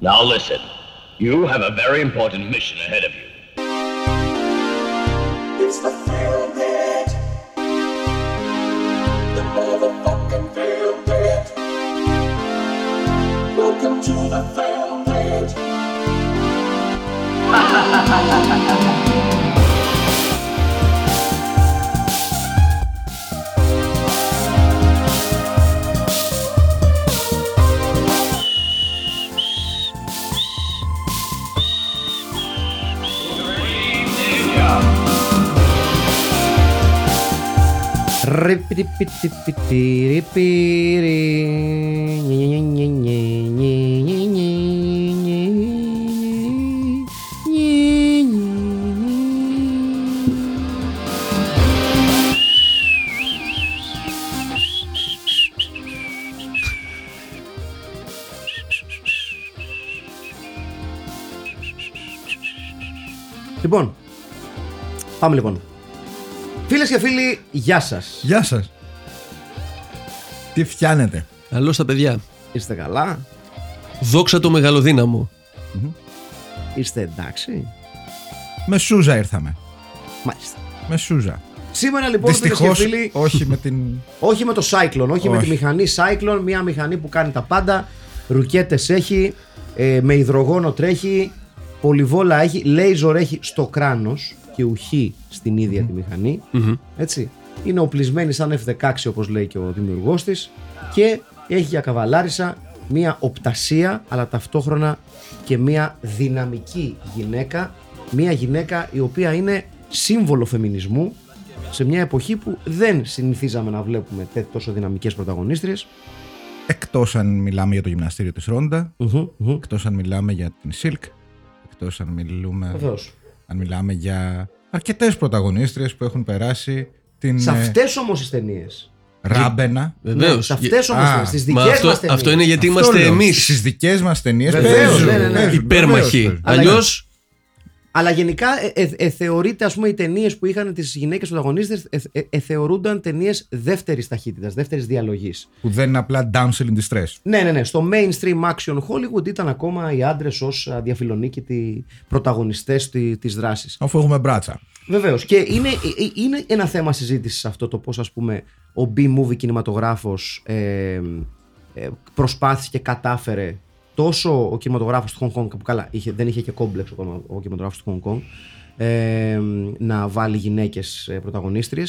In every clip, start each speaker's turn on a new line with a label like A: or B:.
A: Now listen, you have a very important mission ahead of you.
B: It's the Feel Bit. The motherfucking Feel Bit. Welcome to the Feel Bit.
C: Λοιπόν, πάμε λοιπόν. Φίλες και φίλοι, γεια σας.
D: Γεια σας. Τι φτιάνετε.
E: Καλώ τα παιδιά.
C: Είστε καλά,
E: Δόξα το μεγαλοδύναμο.
C: είστε εντάξει.
D: Με Σούζα ήρθαμε.
C: Μάλιστα.
D: Με Σούζα.
C: Σήμερα λοιπόν, φίλες
D: Δυστυχώ
C: και φίλοι,
D: όχι με την.
C: όχι με το Cyclone, όχι, με
D: Όχι.
C: τη μηχανή Cyclone, μια μηχανή που κάνει τα πάντα. Ρουκέτες έχει, ε, με υδρογόνο τρέχει, πολυβόλα έχει, λέιζορ έχει στο κράνος και ουχή στην ίδια τη μηχανη Έτσι. Είναι οπλισμένη σαν F16 όπως λέει και ο δημιουργός της και έχει για καβαλάρισα μια οπτασία αλλά ταυτόχρονα και μια δυναμική γυναίκα. Μια γυναίκα η οποία είναι σύμβολο φεμινισμού σε μια εποχή που δεν συνηθίζαμε να βλέπουμε τέ- τόσο δυναμικές πρωταγωνίστριες.
D: Εκτός αν μιλάμε για το γυμναστήριο της Ρόντα,
C: Μμμ, μμμ.
D: εκτός αν μιλάμε για την Silk, εκτός αν, μιλούμε...
C: Βεβαίως.
D: αν μιλάμε για αρκετές πρωταγωνίστριες που έχουν περάσει
E: Ναι.
D: την
C: Σε
D: ε,
C: αυτές όμως τις ταινίες. Ναι,
D: Ράμπενα.
E: Βεβαίως.
C: Σε αυτές όμως
D: Α,
C: τις ταινίες, στις
E: Μα
C: δικές
E: αυτό,
C: μας ταινίες.
E: αυτό είναι γιατί είμαστε εμείς
D: Στις δικές μας ταινίες
C: Βεβαίως,
D: παίζουν.
C: ναι, ναι, ναι.
D: παίζουν, βεβαίως
E: υπέρμαχοι.
D: παίζουν.
C: Αλλά-
E: Αλλιώ.
C: Αλλά γενικά ε, ε, ε, θεωρείται, ας πούμε, οι ταινίες που είχαν τις γυναίκες πρωταγωνίστρε ε, ε, ε, θεωρούνταν ταινίες δεύτερης ταχύτητας, δεύτερης διαλογής.
D: Που δεν είναι απλά damsel in distress.
C: Ναι, ναι, ναι. Στο mainstream action Hollywood ήταν ακόμα οι άντρες ως αδιαφιλονίκητοι πρωταγωνιστές τη δράσης.
D: Αφού έχουμε μπράτσα.
C: Βεβαίως. Και είναι, ε, ε, είναι ένα θέμα συζήτησης αυτό το πώς, ας πούμε, ο B-movie κινηματογράφος ε, ε, προσπάθησε και κατάφερε τόσο ο κινηματογράφος του Hong Kong, που καλά είχε, δεν είχε και κόμπλεξ ο, κομμα- ο κινηματογράφος του Hong Kong, ε, να βάλει γυναίκες πρωταγωνίστριε,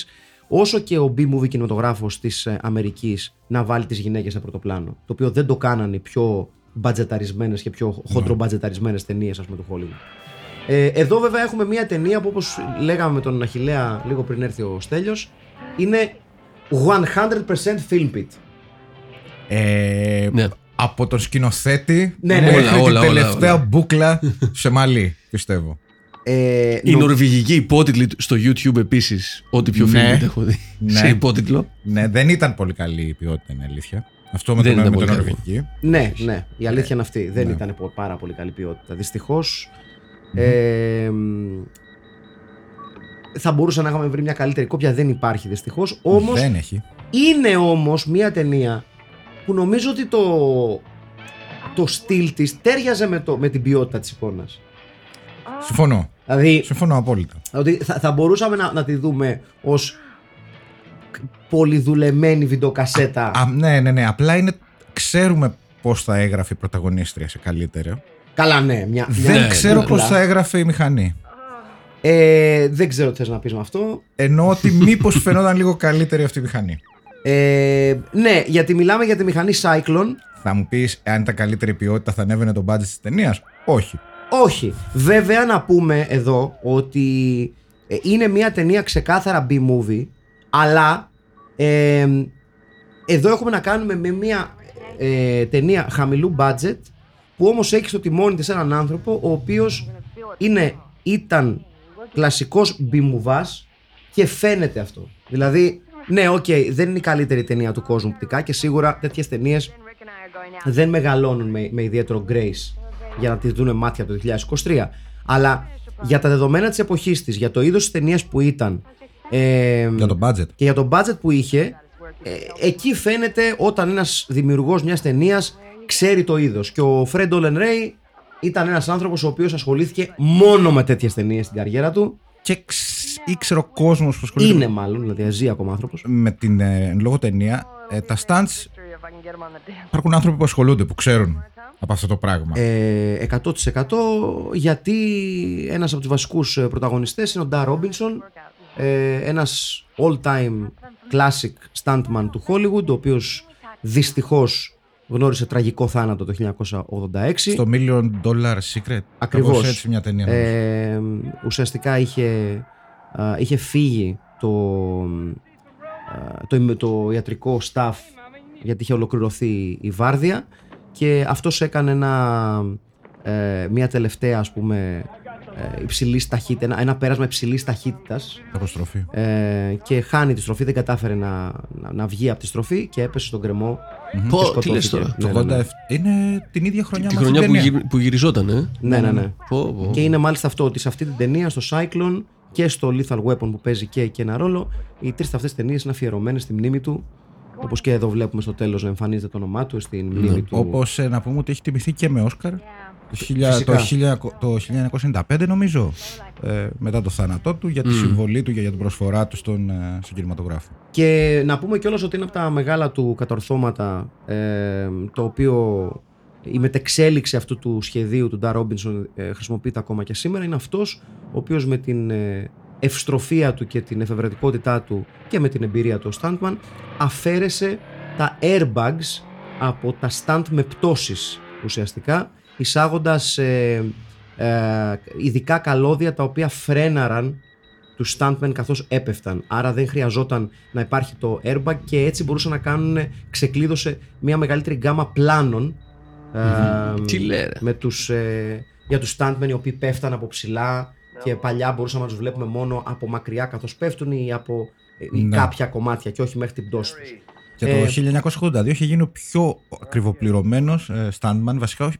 C: όσο και ο B-movie κινηματογράφος της Αμερικής να βάλει τις γυναίκες σε πρωτοπλάνο. Το οποίο δεν το κάνανε οι πιο μπατζεταρισμένες και πιο χοντρομπατζεταρισμένες ταινίες, ας πούμε, του Hollywood. Ε, εδώ βέβαια έχουμε μια ταινία που όπως λέγαμε με τον Αχιλέα λίγο πριν έρθει ο Στέλιος είναι 100% film pit.
D: Ε,
E: Ναι.
D: Από τον σκηνοθέτη
C: Ναι, ναι, ναι.
D: μέχρι
E: Όλα,
D: την
E: όλα, όλα,
D: τελευταία
E: όλα.
D: μπουκλα σε μαλλί, πιστεύω.
C: Ε,
E: Η
C: νο-
E: νορβηγική υπότιτλη στο YouTube επίσης. Ό,τι πιο
D: Ναι.
E: φίλοι έχω δει.
D: Ναι.
E: Σε υπότιτλο.
D: Ναι, δεν ήταν πολύ καλή η ποιότητα, είναι αλήθεια. Αυτό με
E: Δεν
D: τον,
E: ήταν
D: με τον
E: πολύ καλή.
D: Νορβηγική.
C: Ναι, ναι, η αλήθεια είναι αυτή. Δεν
D: Ναι.
C: ήταν πο- πάρα πολύ καλή ποιότητα. δυστυχώς. Ε, μ, θα μπορούσα να είχαμε βρει μια καλύτερη κόπια, δεν υπάρχει δυστυχώς. Όμως
D: Δεν έχει.
C: Είναι όμως μια ταινία που νομίζω ότι το, το στυλ της τέριαζε με, το, με την ποιότητα της εικόνας.
D: Συμφωνώ.
C: Δηλαδή
D: Συμφωνώ απόλυτα.
C: Ότι θα, θα μπορούσαμε να, να τη δούμε ως κ- πολυδουλεμένη βιντεοκασέτα.
D: Α, ναι, ναι, ναι. Απλά είναι. Ξέρουμε πώς θα έγραφε η πρωταγωνίστρια σε καλύτερο.
C: Καλά, ναι, μια. μια
D: δεν
E: ναι,
D: ξέρω
E: ναι.
D: πώς θα έγραφε η μηχανή.
C: Ε, δεν ξέρω τι θες να πεις με αυτό.
D: Εννοώ ότι μήπως φαινόταν λίγο καλύτερη αυτή η μηχανή.
C: Ε, ναι, γιατί μιλάμε για τη μηχανή Cyclone.
D: Θα μου πεις, αν ήταν καλύτερη ποιότητα, θα ανέβαινε το budget της ταινίας. Όχι.
C: Όχι. Βέβαια να πούμε εδώ ότι ε, είναι μια ταινία ξεκάθαρα B-movie, αλλά ε, εδώ έχουμε να κάνουμε με μια ε, ταινία χαμηλού budget που όμως έχει στο τιμόνι της έναν άνθρωπο ο οποίος είναι, ήταν κλασικός μπιμουβάς και φαίνεται αυτό. Δηλαδή, ναι, οκ, δεν είναι η καλύτερη ταινία του κόσμου οπτικά και σίγουρα τέτοιες ταινίες
F: Rick and I are going out.
C: δεν μεγαλώνουν με, με ιδιαίτερο grace για να τις δούνε μάτια το 2023. Αλλά για τα δεδομένα της εποχής της, για το είδος της ταινίας που ήταν ε,
D: Για το budget.
C: και για το budget που είχε, ε, εκεί φαίνεται όταν ένας δημιουργός μιας ταινίας ξέρει το είδος. Και ο Φρέντ Όλεν Ρέι ήταν ένας άνθρωπος ο οποίος ασχολήθηκε μόνο με τέτοιες ταινίες στην καριέρα του.
D: Και ξ- ήξερε ο κόσμος που ασχολείται
C: Είναι μάλλον, δηλαδή ζει ακόμα άνθρωπος.
D: με την ε, εν λόγω ταινία. ε, τα stunts υπάρχουν άνθρωποι που ασχολούνται, που ξέρουν από αυτό το πράγμα.
C: Ε, 100% γιατί ένας από τους βασικούς ε, πρωταγωνιστές είναι ο Ντά Ρόμπινσον ε, ένας all time classic stuntman του Hollywood ο οποίος δυστυχώς γνώρισε τραγικό θάνατο το 1986
D: Στο Million Dollar Secret.
C: Ακριβώς.
D: κάπως έτσι μια ταινία. νομίζω.
C: ε, ουσιαστικά είχε, α, είχε φύγει το, α, το, το ιατρικό staff γιατί είχε ολοκληρωθεί η βάρδια και αυτός έκανε ένα, ε, μια τελευταία ας πούμε ε, υψηλής ταχύτητα, ένα, ένα πέρασμα υψηλής ταχύτητας
D: Αποστροφή.
C: ε, και χάνει τη στροφή, δεν κατάφερε να, να, να βγει από τη στροφή και έπεσε στον κρεμό και
E: Πω, τι
C: σκοτώθηκε.
E: λες τώρα.
C: Ναι, ναι, ναι.
D: 87 Είναι την ίδια χρονιά
E: Τη
D: με αυτή
E: χρονιά
D: την
E: που,
D: ταινία.
E: γυρι- που γυριζόταν, ε.
C: Ναι, ναι, ναι.
E: Πω, πω.
C: Και είναι μάλιστα αυτό ότι σε αυτή την ταινία, στο Cyclone και στο Lethal Weapon που παίζει και εκεί ένα ρόλο, οι τρεις αυτές ταινίες είναι αφιερωμένες στη μνήμη του. Όπως και εδώ βλέπουμε στο τέλος να εμφανίζεται το όνομά του στην μνήμη του.
D: Όπως ε, να πούμε ότι έχει τιμηθεί και με Όσκαρ. Το, χιλια-
C: Φυσικά.
D: το, χιλια- το 1995 νομίζω ε, μετά το θάνατό του για τη συμβολή του και για την προσφορά του στον, ε, στον κινηματογράφο.
C: Και να πούμε κιόλας ότι είναι από τα μεγάλα του κατορθώματα ε, το οποίο η μετεξέλιξη αυτού του σχεδίου του Ντά Ρόμπινσον ε, χρησιμοποιείται ακόμα και σήμερα. Είναι αυτός ο οποίος με την ε, ευστροφία του και την εφευρετικότητά του και με την εμπειρία του ως Stuntman αφαίρεσε τα airbags από τα stunt με πτώσεις ουσιαστικά εισάγοντας ε, ε, ειδικά καλώδια τα οποία φρέναραν τους stuntmen καθώς έπεφταν. Άρα δεν χρειαζόταν να υπάρχει το airbag και έτσι μπορούσαν να κάνουν, ξεκλείδωσε μια μεγαλύτερη γκάμα πλάνων ε,
E: Τι λέει, ρε.
C: με τους, ε, για τους stuntmen οι οποίοι πέφταν από ψηλά και παλιά μπορούσαμε να τους βλέπουμε μόνο από μακριά καθώς πέφτουν ή από ε, ή
D: Ναι.
C: κάποια κομμάτια και όχι μέχρι την πτώση τους.
D: Και
C: Ε,
D: το 1982 είχε γίνει ο πιο ακριβοπληρωμένος ε, stuntman, βασικά όχι.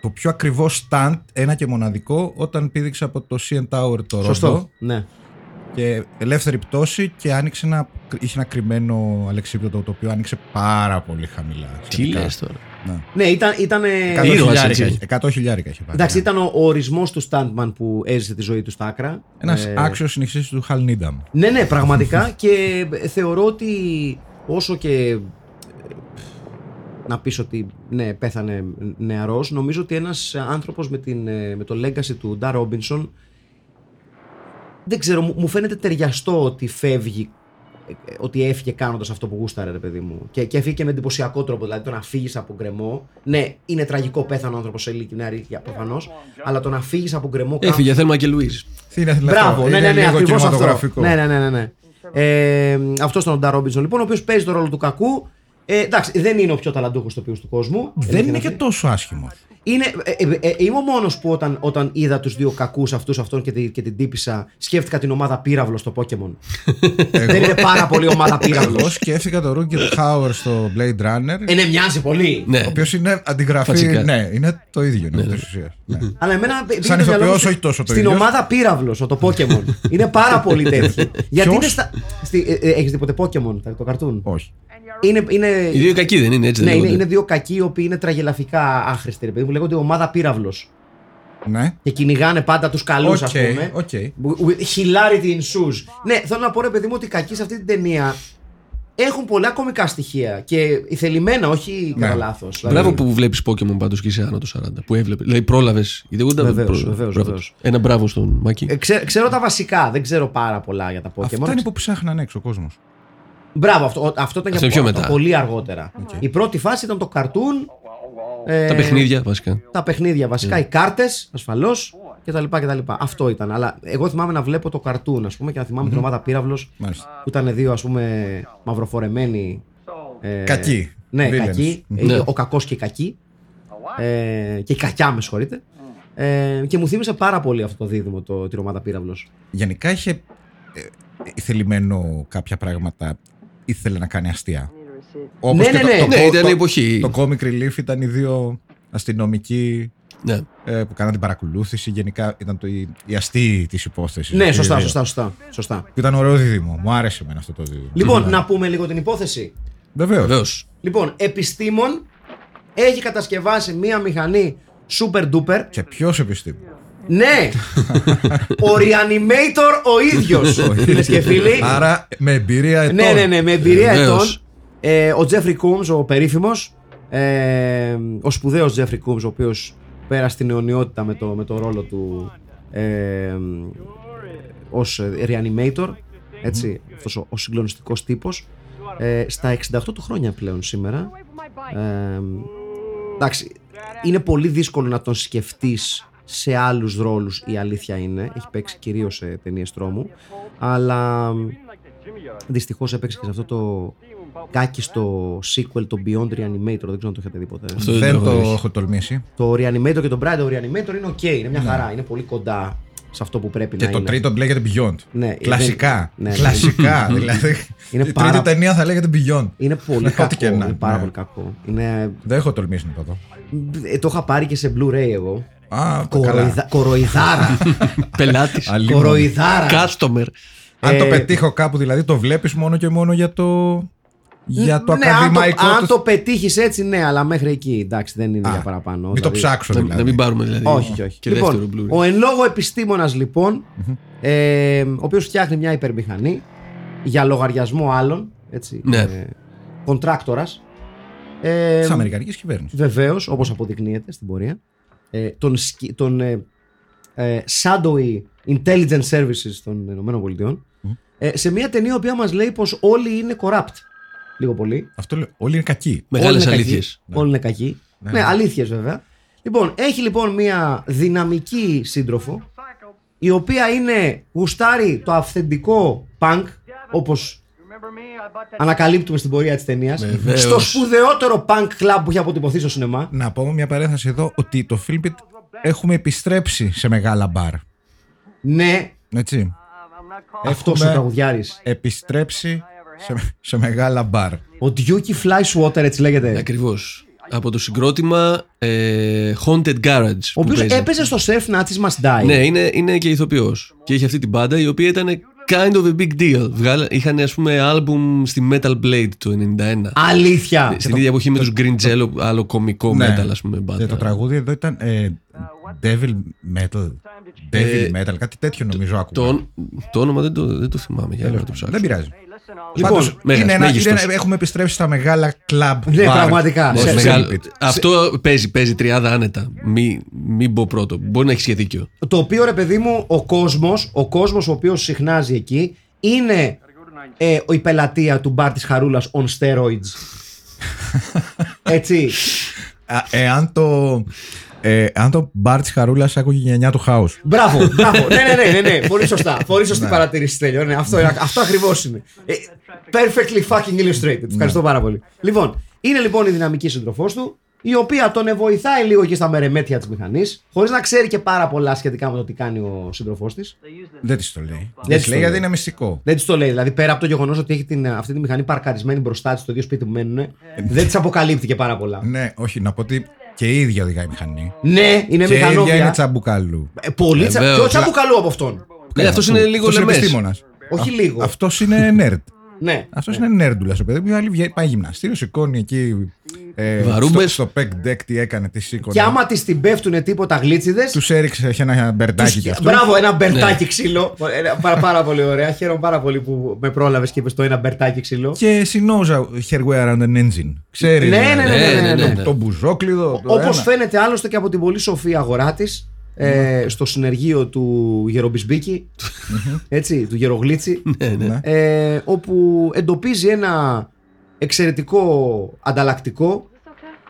D: Το πιο ακριβό stunt, ένα και μοναδικό, όταν πήδηξε από το CN Tower το Ρόντο
C: Ναι.
D: και ελεύθερη πτώση και άνοιξε ένα, είχε ένα κρυμμένο αλεξίπτωτο το οποίο άνοιξε πάρα πολύ χαμηλά.
E: Τι
D: σχετικά.
E: λες τώρα.
D: Ναι.
C: Ναι, ήταν. ήταν ε,
D: 100
E: ήρωας,
D: χιλιάρικα,
E: έτσι.
D: είχε- 100 χιλιάρικα είχε πάρει.
C: εντάξει,
D: ναι.
C: ήταν ο, ο ορισμός του Stuntman που έζησε τη ζωή του στα άκρα.
D: Ένας
C: Ε,
D: άξιος συνεχιστής του Χαλ Νίνταμ.
C: Ναι, ναι, πραγματικά. και θεωρώ ότι όσο και. ε, Να πεις ότι ναι, πέθανε νεαρός Νομίζω ότι ένας άνθρωπος με, την, ε, με το legacy του Ντα Ρόμπινσον Δεν ξέρω, μου- μου φαίνεται ταιριαστό ότι φεύγει ε, ε, ότι έφυγε κάνοντας αυτό που γούσταρε, ρε παιδί μου. Και, και έφυγε και με εντυπωσιακό τρόπο. Δηλαδή το να φύγεις από γκρεμό. Ναι, είναι τραγικό, πέθανε ο άνθρωπος σε ηλικία αλήθεια, προφανώς. Αλλά το να φύγεις από γκρεμό. κάπου-
E: Έφυγε, Θέλμα και Λουίζ.
C: Μπράβο, ναι, ναι, ναι, ακριβώς αυτό. Ναι,
D: Ναι,
C: ναι, ναι. ναι, ναι. Ε, αυτό ήταν ο Ντά Ρόμπινσον, λοιπόν, ο οποίος παίζει το ρόλο του κακού. Ε, εντάξει, δεν είναι ο πιο ταλαντούχος τοπίος του κόσμου.
D: Δεν είναι
C: αυτή.
D: και τόσο άσχημο.
C: Είναι, ε, ε, ε, είμαι ο μόνος που όταν, όταν είδα τους δύο κακούς αυτούς αυτόν και, τη- και την τύπησα, σκέφτηκα την ομάδα πύραυλος στο Pokémon. δεν είναι πάρα πολύ ομάδα
D: Εγώ
C: πύραυλο.
D: σκέφτηκα το Rookie Tower στο Blade Runner,
C: ε, ναι, μοιάζει πολύ.
E: Ναι.
D: ο οποίος είναι αντιγραφή.
E: Φατσικά.
D: Ναι, είναι το ίδιο. Ε, Ναι, της ουσίας. ναι.
C: Αλλά εμένα πήγε το
D: ηθοποιός,
C: μυαλό μου
D: όχι τόσο το
C: Στην
D: ίδιος.
C: ομάδα πύραυλος, το Pokémon. είναι πάρα πολύ τέτοιο. Γιατί
D: Ποιος?
C: είναι στα. Στη, ε, ε, έχεις δει ποτέ Pokémon, το καρτούν.
D: Όχι.
C: Είναι, είναι,
E: Οι δύο κακοί δεν είναι έτσι.
C: Ναι,
E: δεν
C: είναι,
E: λέγονται.
C: είναι δύο κακοί οι οποίοι είναι τραγελαφικά άχρηστοι. Ρε παιδί μου, λέγονται ομάδα πύραυλος.
D: Ναι.
C: Και κυνηγάνε πάντα τους καλούς,
D: Οκ,
C: α πούμε.
D: οκ.
C: With hilarity ensues. Ναι, θέλω να πω ρε παιδί μου ότι οι κακοί σε αυτή την ταινία έχουν πολλά κομικά στοιχεία. Και θελημένα, όχι
D: Ναι.
C: κατά Δηλαδή, λάθο.
E: Μπράβο που βλέπεις Pokémon πάντως και είσαι άνω των 40. Που έβλεπε. Δηλαδή πρόλαβες. Γιατί εγώ δεν
C: Βεβαίως,
E: πρόλαβα.
C: βεβαίως,
E: Μπράβο.
C: βεβαίως.
E: Ένα μπράβο στον Μάκη.
C: ε, ξέρω τα βασικά, δεν ξέρω πάρα πολλά για τα Pokémon.
D: Αυτά είναι που ψάχναν έξω ο κόσμος.
C: Μπράβο, αυτό, αυτό ήταν
E: Αυτό
C: για
E: πιο
C: πο-
E: μετά.
C: πολύ αργότερα. Η πρώτη φάση ήταν το καρτούν. ε,
E: Τα παιχνίδια βασικά.
C: τα παιχνίδια βασικά,
D: Ναι.
C: οι κάρτες ασφαλώς κτλ, κτλ. Αυτό ήταν. Αλλά εγώ θυμάμαι να βλέπω το καρτούν, ας πούμε, και να θυμαμαι την ομάδα πύραυλος
D: Μάλιστα.
C: που ήταν δύο, ας πούμε, μαυροφορεμένοι. ε,
D: Κακοί.
C: Ναι,
D: Villains.
C: κακοί.
D: Μμμ.
C: Ε,
E: Ναι.
C: Ο κακός και η κακή. Ε, και η κακιά, με συγχωρείτε. Ε, και μου θύμισε πάρα πολύ αυτό το δίδυμο, το, την ομάδα πύραυλος.
D: Γενικά είχε ε, θελημένο κάποια πράγματα. Ήθελε να κάνει αστεία. Όπως
C: Ναι, ναι,
D: και το-
C: ναι.
D: το-
E: Ναι,
D: το-
E: ήταν
D: το-
E: η εποχή.
D: Το Comic Relief ήταν οι δύο αστυνομικοί
E: Ναι.
D: ε, που κάναν την παρακολούθηση. Γενικά ήταν το, η, η αστεία της υπόθεσης.
C: Ναι, σωστά, σωστά, σωστά. σωστά.
D: Ήταν ωραίο δίδυμο. Μου άρεσε εμένα αυτό το δίδυμο.
C: Λοιπόν, να πούμε λίγο την υπόθεση.
D: Βεβαίως.
E: Βεβαίως.
C: Λοιπόν, επιστήμον έχει κατασκευάσει μία μηχανή super duper.
D: Και ποιος επιστήμη.
C: Ναι! ο reanimator ο ίδιος. Φίλες και φίλοι.
D: Άρα λοιπόν. με εμπειρία ετών.
C: Ναι, ναι, ναι, με εμπειρία ετών.
E: Βεβαίως.
C: Ε, ο Τζέφρι Κούμς, ο περίφημος, ε, ο σπουδαίος Τζέφρι Κούμς, ο οποίος πέρασε την αιωνιότητα με το, με το ρόλο του ε, ως ε, reanimator, έτσι, αυτός ο, ο συγκλονιστικός τύπος, ε, στα 68 του χρόνια πλέον σήμερα. Ε, εντάξει, είναι πολύ δύσκολο να τον σκεφτείς σε άλλους ρόλους, η αλήθεια είναι. Έχει παίξει κυρίως σε ταινίες τρόμου, αλλά δυστυχώς έπαιξε και σε αυτό το κάκιστο sequel, το Beyond Reanimator, δεν ξέρω αν το έχετε δει ποτέ.
E: Αυτό δεν,
D: Δεν
E: το
D: το
E: έχω δει.
D: έχω τολμήσει.
C: Το Reanimator και το Bride of Reanimator είναι οκ, είναι μια χαρά, είναι πολύ κοντά σε αυτό που πρέπει
D: Ναι. Και
C: να
D: το
C: είναι.
D: τρίτο λέγεται Beyond.
C: Ναι,
D: Κλασικά.
C: δεν- ναι, ναι.
D: Κλασικά. δηλαδή.
C: Είναι
D: η
C: πάρα-
D: τρίτη ταινία θα λέγεται Beyond.
C: Είναι πολύ
D: Ό,τι
C: κακό,
D: και να,
C: είναι πάρα
D: ναι.
C: πολύ κακό. Είναι...
D: Δεν έχω τολμήσει να το δω.
C: ε, Το είχα πάρει και σε Blu-ray εγώ.
D: Α, καλά. Λοιπόν,
C: Κοροϊδα... Κοροϊδάρα.
E: Πελάτης.
D: Αλλήμον.
C: Κοροϊδάρα.
E: Customer.
D: Αν το
C: Ε,
D: πετύχω κάπου, δηλαδή το βλέπεις μόνο και μόνο για το. Για το
C: ναι,
D: ακαδημαϊκό.
C: Αν το, αν
D: του-
C: το πετύχεις έτσι, ναι, αλλά μέχρι εκεί εντάξει δεν είναι
D: Α,
C: για παραπάνω.
D: Μην το
C: δηλαδή.
D: ψάξω
E: Να, να μην
D: δηλαδή.
E: πάρουμε δηλαδή.
C: Όχι, όχι. όχι.
E: Και δεύτερο
C: λοιπόν,
E: Blu-ray.
C: ο εν λόγω επιστήμονας, λοιπόν, ε, ο οποίος φτιάχνει μια υπερμηχανή για λογαριασμό άλλων. Έτσι,
E: Ναι.
C: κοντράκτορας. Ε,
D: Της Αμερικανικής κυβέρνησης.
C: Βεβαίως, όπως αποδεικνύεται στην πορεία. Ε, τον σκι- τον ε, ε, Shadowy Intelligence Services των Ηνωμένων Πολιτειών. ε, σε μια ταινία η οποία μας λέει πως όλοι είναι corrupt. Λίγο πολύ.
D: Αυτό λέω. Όλοι είναι κακοί.
E: Μεγάλες
C: Όλοι είναι
E: αλήθειε.
C: κακοί. Όλοι είναι κακοί. Ναι, αλήθειες βέβαια. Λοιπόν, έχει λοιπόν μια δυναμική σύντροφο, η οποία είναι γουστάρει το αυθεντικό punk, όπως ανακαλύπτουμε στην πορεία της ταινίας.
E: Βεβαίως.
C: Στο σπουδαιότερο punk club που έχει αποτυπωθεί στο σινεμά.
D: Να πω μια παρένθεση εδώ ότι το Filmpit έχουμε επιστρέψει σε μεγάλα μπαρ.
C: Ναι,
D: Έτσι.
C: αυτός ο
D: Έχουμε
C: τραγουδιάρης.
D: επιστρέψει σε, σε μεγάλα μπαρ.
C: Ο Dukey Flyswater, έτσι λέγεται.
E: Ακριβώς. Από το συγκρότημα ε, Haunted Garage.
C: Ο
E: που
C: οποίος
E: παίζει.
C: έπαιζε στο Surf Nazis Must Die.
E: Ναι, είναι, είναι και ηθοποιός. Και είχε αυτή την πάντα η οποία ήταν kind of a big deal. Βγάλα, είχαν ας πούμε άλμπουμ στη Metal Blade το 91.
C: Αλήθεια.
E: Ε, Στην ίδια εποχή με τους Green Jello, άλλο κομικό
D: Ναι.
E: metal ας πούμε μπάντα.
D: Ε, το τραγούδι εδώ ήταν ε, Devil Metal.
E: Ε,
D: Devil Metal, κάτι τέτοιο νομίζω
E: Το,
D: άκουγα.
E: όν- το όνομα δεν το, δεν το θυμάμαι, για να το ψάξω.
D: Δεν πειράζει.
E: Λοιπόν,
D: Πάντως,
E: μέγας,
D: είναι ένα-
E: μέγιστος.
D: είναι ένα- έχουμε επιστρέψει στα μεγάλα κλαμπ.
C: Ναι, πραγματικά.
E: Ναι,
C: Σε-
E: μεγάλο-
D: σε-
E: Αυτό παίζει, παίζει τριάδα άνετα. Μην μη μπω πρώτο. Μπορεί να έχεις και δίκιο.
C: Το οποίο ρε παιδί μου, ο κόσμος, ο κόσμος ο οποίος συχνάζει εκεί, είναι ε, η πελατεία του μπαρ της Χαρούλας on steroids. Έτσι.
D: Α, Εάν το. Ε, αν το μπαρ τη Χαρούλας άκουγε η γενιά του Χάους.
C: Μπράβο, μπράβο. ναι, ναι, ναι, ναι, ναι. Πολύ σωστά. Πολύ σωστή παρατήρηση τέλειο. Ναι, αυτό είναι- αυτό ακριβώς είναι. Ε, perfectly fucking illustrated. Ευχαριστώ πάρα πολύ. Λοιπόν, είναι λοιπόν η δυναμική σύντροφός του, η οποία τον βοηθάει λίγο και στα μερεμέτια της μηχανής, χωρίς να ξέρει και πάρα πολλά σχετικά με το τι κάνει ο σύντροφός της.
D: Δεν της το λέει.
C: Δεν
D: Δεν
C: της το
D: τη
C: λέει.
D: λέει γιατί είναι μυστικό.
C: Δεν της το λέει. Δηλαδή, πέρα από το γεγονός ότι έχει την, αυτή τη μηχανή παρκαρισμένη μπροστά της στο ίδιο σπίτι που μένουν, δεν της αποκαλύπτει και πάρα πολλά.
D: Ε. Ναι, όχι, να πω ότι και η ίδια οδηγάει μηχανή.
C: ναι, είναι
D: Και η ίδια είναι
C: μηχανόβια.
D: τσαμπουκαλού.
C: Ε, Πολύ τσα...
E: Βεβαίως.
C: Πιο τσαμπουκαλού από αυτόν.
E: Ναι, αυτός είναι λίγο λεμέ.
D: επιστήμονας.
C: Όχι λίγο.
D: Αυτός είναι nerd.
C: Ναι.
D: Αυτός είναι νέρντουλας ο παιδί μου. Η άλλη βγαίνει- πάει γυμναστήριο, σηκώνει εκεί. Ε,
E: Βαρούμπες.
D: Στο, στο pack deck τι έκανε, τι σήκωνε.
C: Και άμα της την πέφτουν τίποτα γλίτσιδες.
D: Τους έριξε έχει ένα μπερντάκι κι αυτό.
C: Μπράβο, ένα μπερτάκι ξύλο. Ένα- πάρα, πάρα πολύ ωραία. Χαίρομαι πάρα πολύ που με πρόλαβες και είπες το ένα μπερτάκι ξύλο.
D: Και she knows her way around an engine. Ξέρεις.
C: Ναι, ναι, ναι, ναι, ναι, ναι, ναι.
D: Το, το μπουζόκλειδο. το
C: Όπως
D: ένα.
C: φαίνεται άλλωστε και από την πολύ σοφή αγορά της ε,
D: Ναι.
C: στο συνεργείο του Γερομπισμπίκη. έτσι, του Γερογλίτσι.
D: Ναι.
C: ε, όπου εντοπίζει ένα εξαιρετικό ανταλλακτικό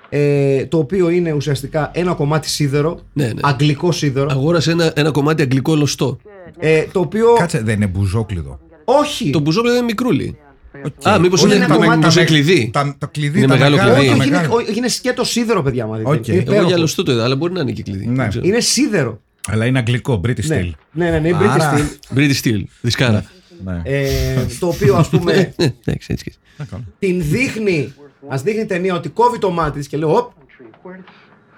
C: ε, το οποίο είναι ουσιαστικά ένα κομμάτι σίδερο,
E: Ναι, ναι.
C: αγγλικό σίδερο
E: Αγόρασε ένα, ένα κομμάτι αγγλικό λωστό.
C: ε, το οποίο
D: Κάτσε, δεν είναι μπουζόκλειδο.
C: όχι,
E: Το μπουζόκλα είναι μικρούλι.
D: Οκ.
E: Α, μήπως
D: Όχι,
C: είναι
D: τα
C: το
D: με-
C: κομμάτι-
D: τα
E: το
D: με-
E: κλειδί.
D: τα- Το κλειδί.
E: Είναι
D: τα
E: μεγάλο
D: μεγάλα,
E: κλειδί.
D: τα
C: όχι, είναι,
D: μεγάλα.
C: όχι, είναι σκέτο σίδερο παιδιά μου
D: Οκ.
C: Είναι
E: Εγώ για
C: υπέροχο.
E: λωστό το είδα, αλλά μπορεί να είναι και κλειδί.
D: Ναι.
E: Δεν ξέρω.
C: είναι σίδερο
D: Αλλά είναι αγγλικό, British
C: ναι.
D: style.
C: ναι, ναι, ναι, British
D: Άρα.
C: style.
E: British Steel, δισκάρα.
D: Ναι.
C: Ε, το οποίο ας πούμε
E: Ναι, εντάξει, έτσι. και-
C: την δείχνει, ας δείχνει η ταινία ότι κόβει το μάτι της και λέω «Οπ,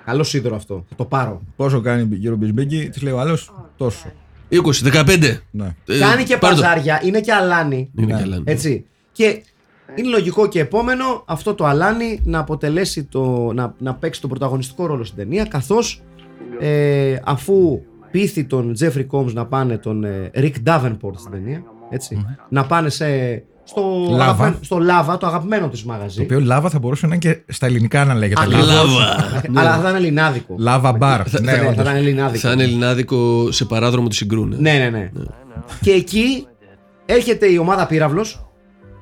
C: καλό σίδερο αυτό, θα το πάρω».
D: Πόσο κάνει γύρω μπισμπίκι, της λέει ο άλλος τόσο.
E: 20, 15.
D: Ναι.
E: Ε,
C: Κάνει και
E: πάρ' το.
C: παζάρια, είναι και αλάνι.
E: Είναι και άλλα.
C: Έτσι. Mm-hmm. Και Είναι λογικό και επόμενο αυτό το αλάνι να αποτελέσει το, να, να παίξει τον πρωταγωνιστικό ρόλο στην ταινία καθώς ε, αφού πείθει τον Τζέφρι Κόμς να πάνε τον ε, Rick Davenport στην ταινία έτσι, να πάνε σε, στο,
D: Ναι. Λάβα.
C: αγαπημένο- στο Λάβα το αγαπημένο τους μαγαζί
D: Το οποίο λάβα θα μπορούσε να είναι και στα ελληνικά να λέγεται.
C: Ακριβώς.
D: Λάβα.
E: Λάβα.
C: Ε, Αλλά θα ήταν ελληνάδικο.
D: Λάβα μπαρ.
C: Ναι,
D: Ναι,
C: θα
D: όντως.
C: ήταν ελληνάδικο.
E: Σαν ελληνάδικο σε παράδρομο του συγκρούνε.
C: Ναι, ναι, ναι. Και εκεί έρχεται η ομάδα πύραυλος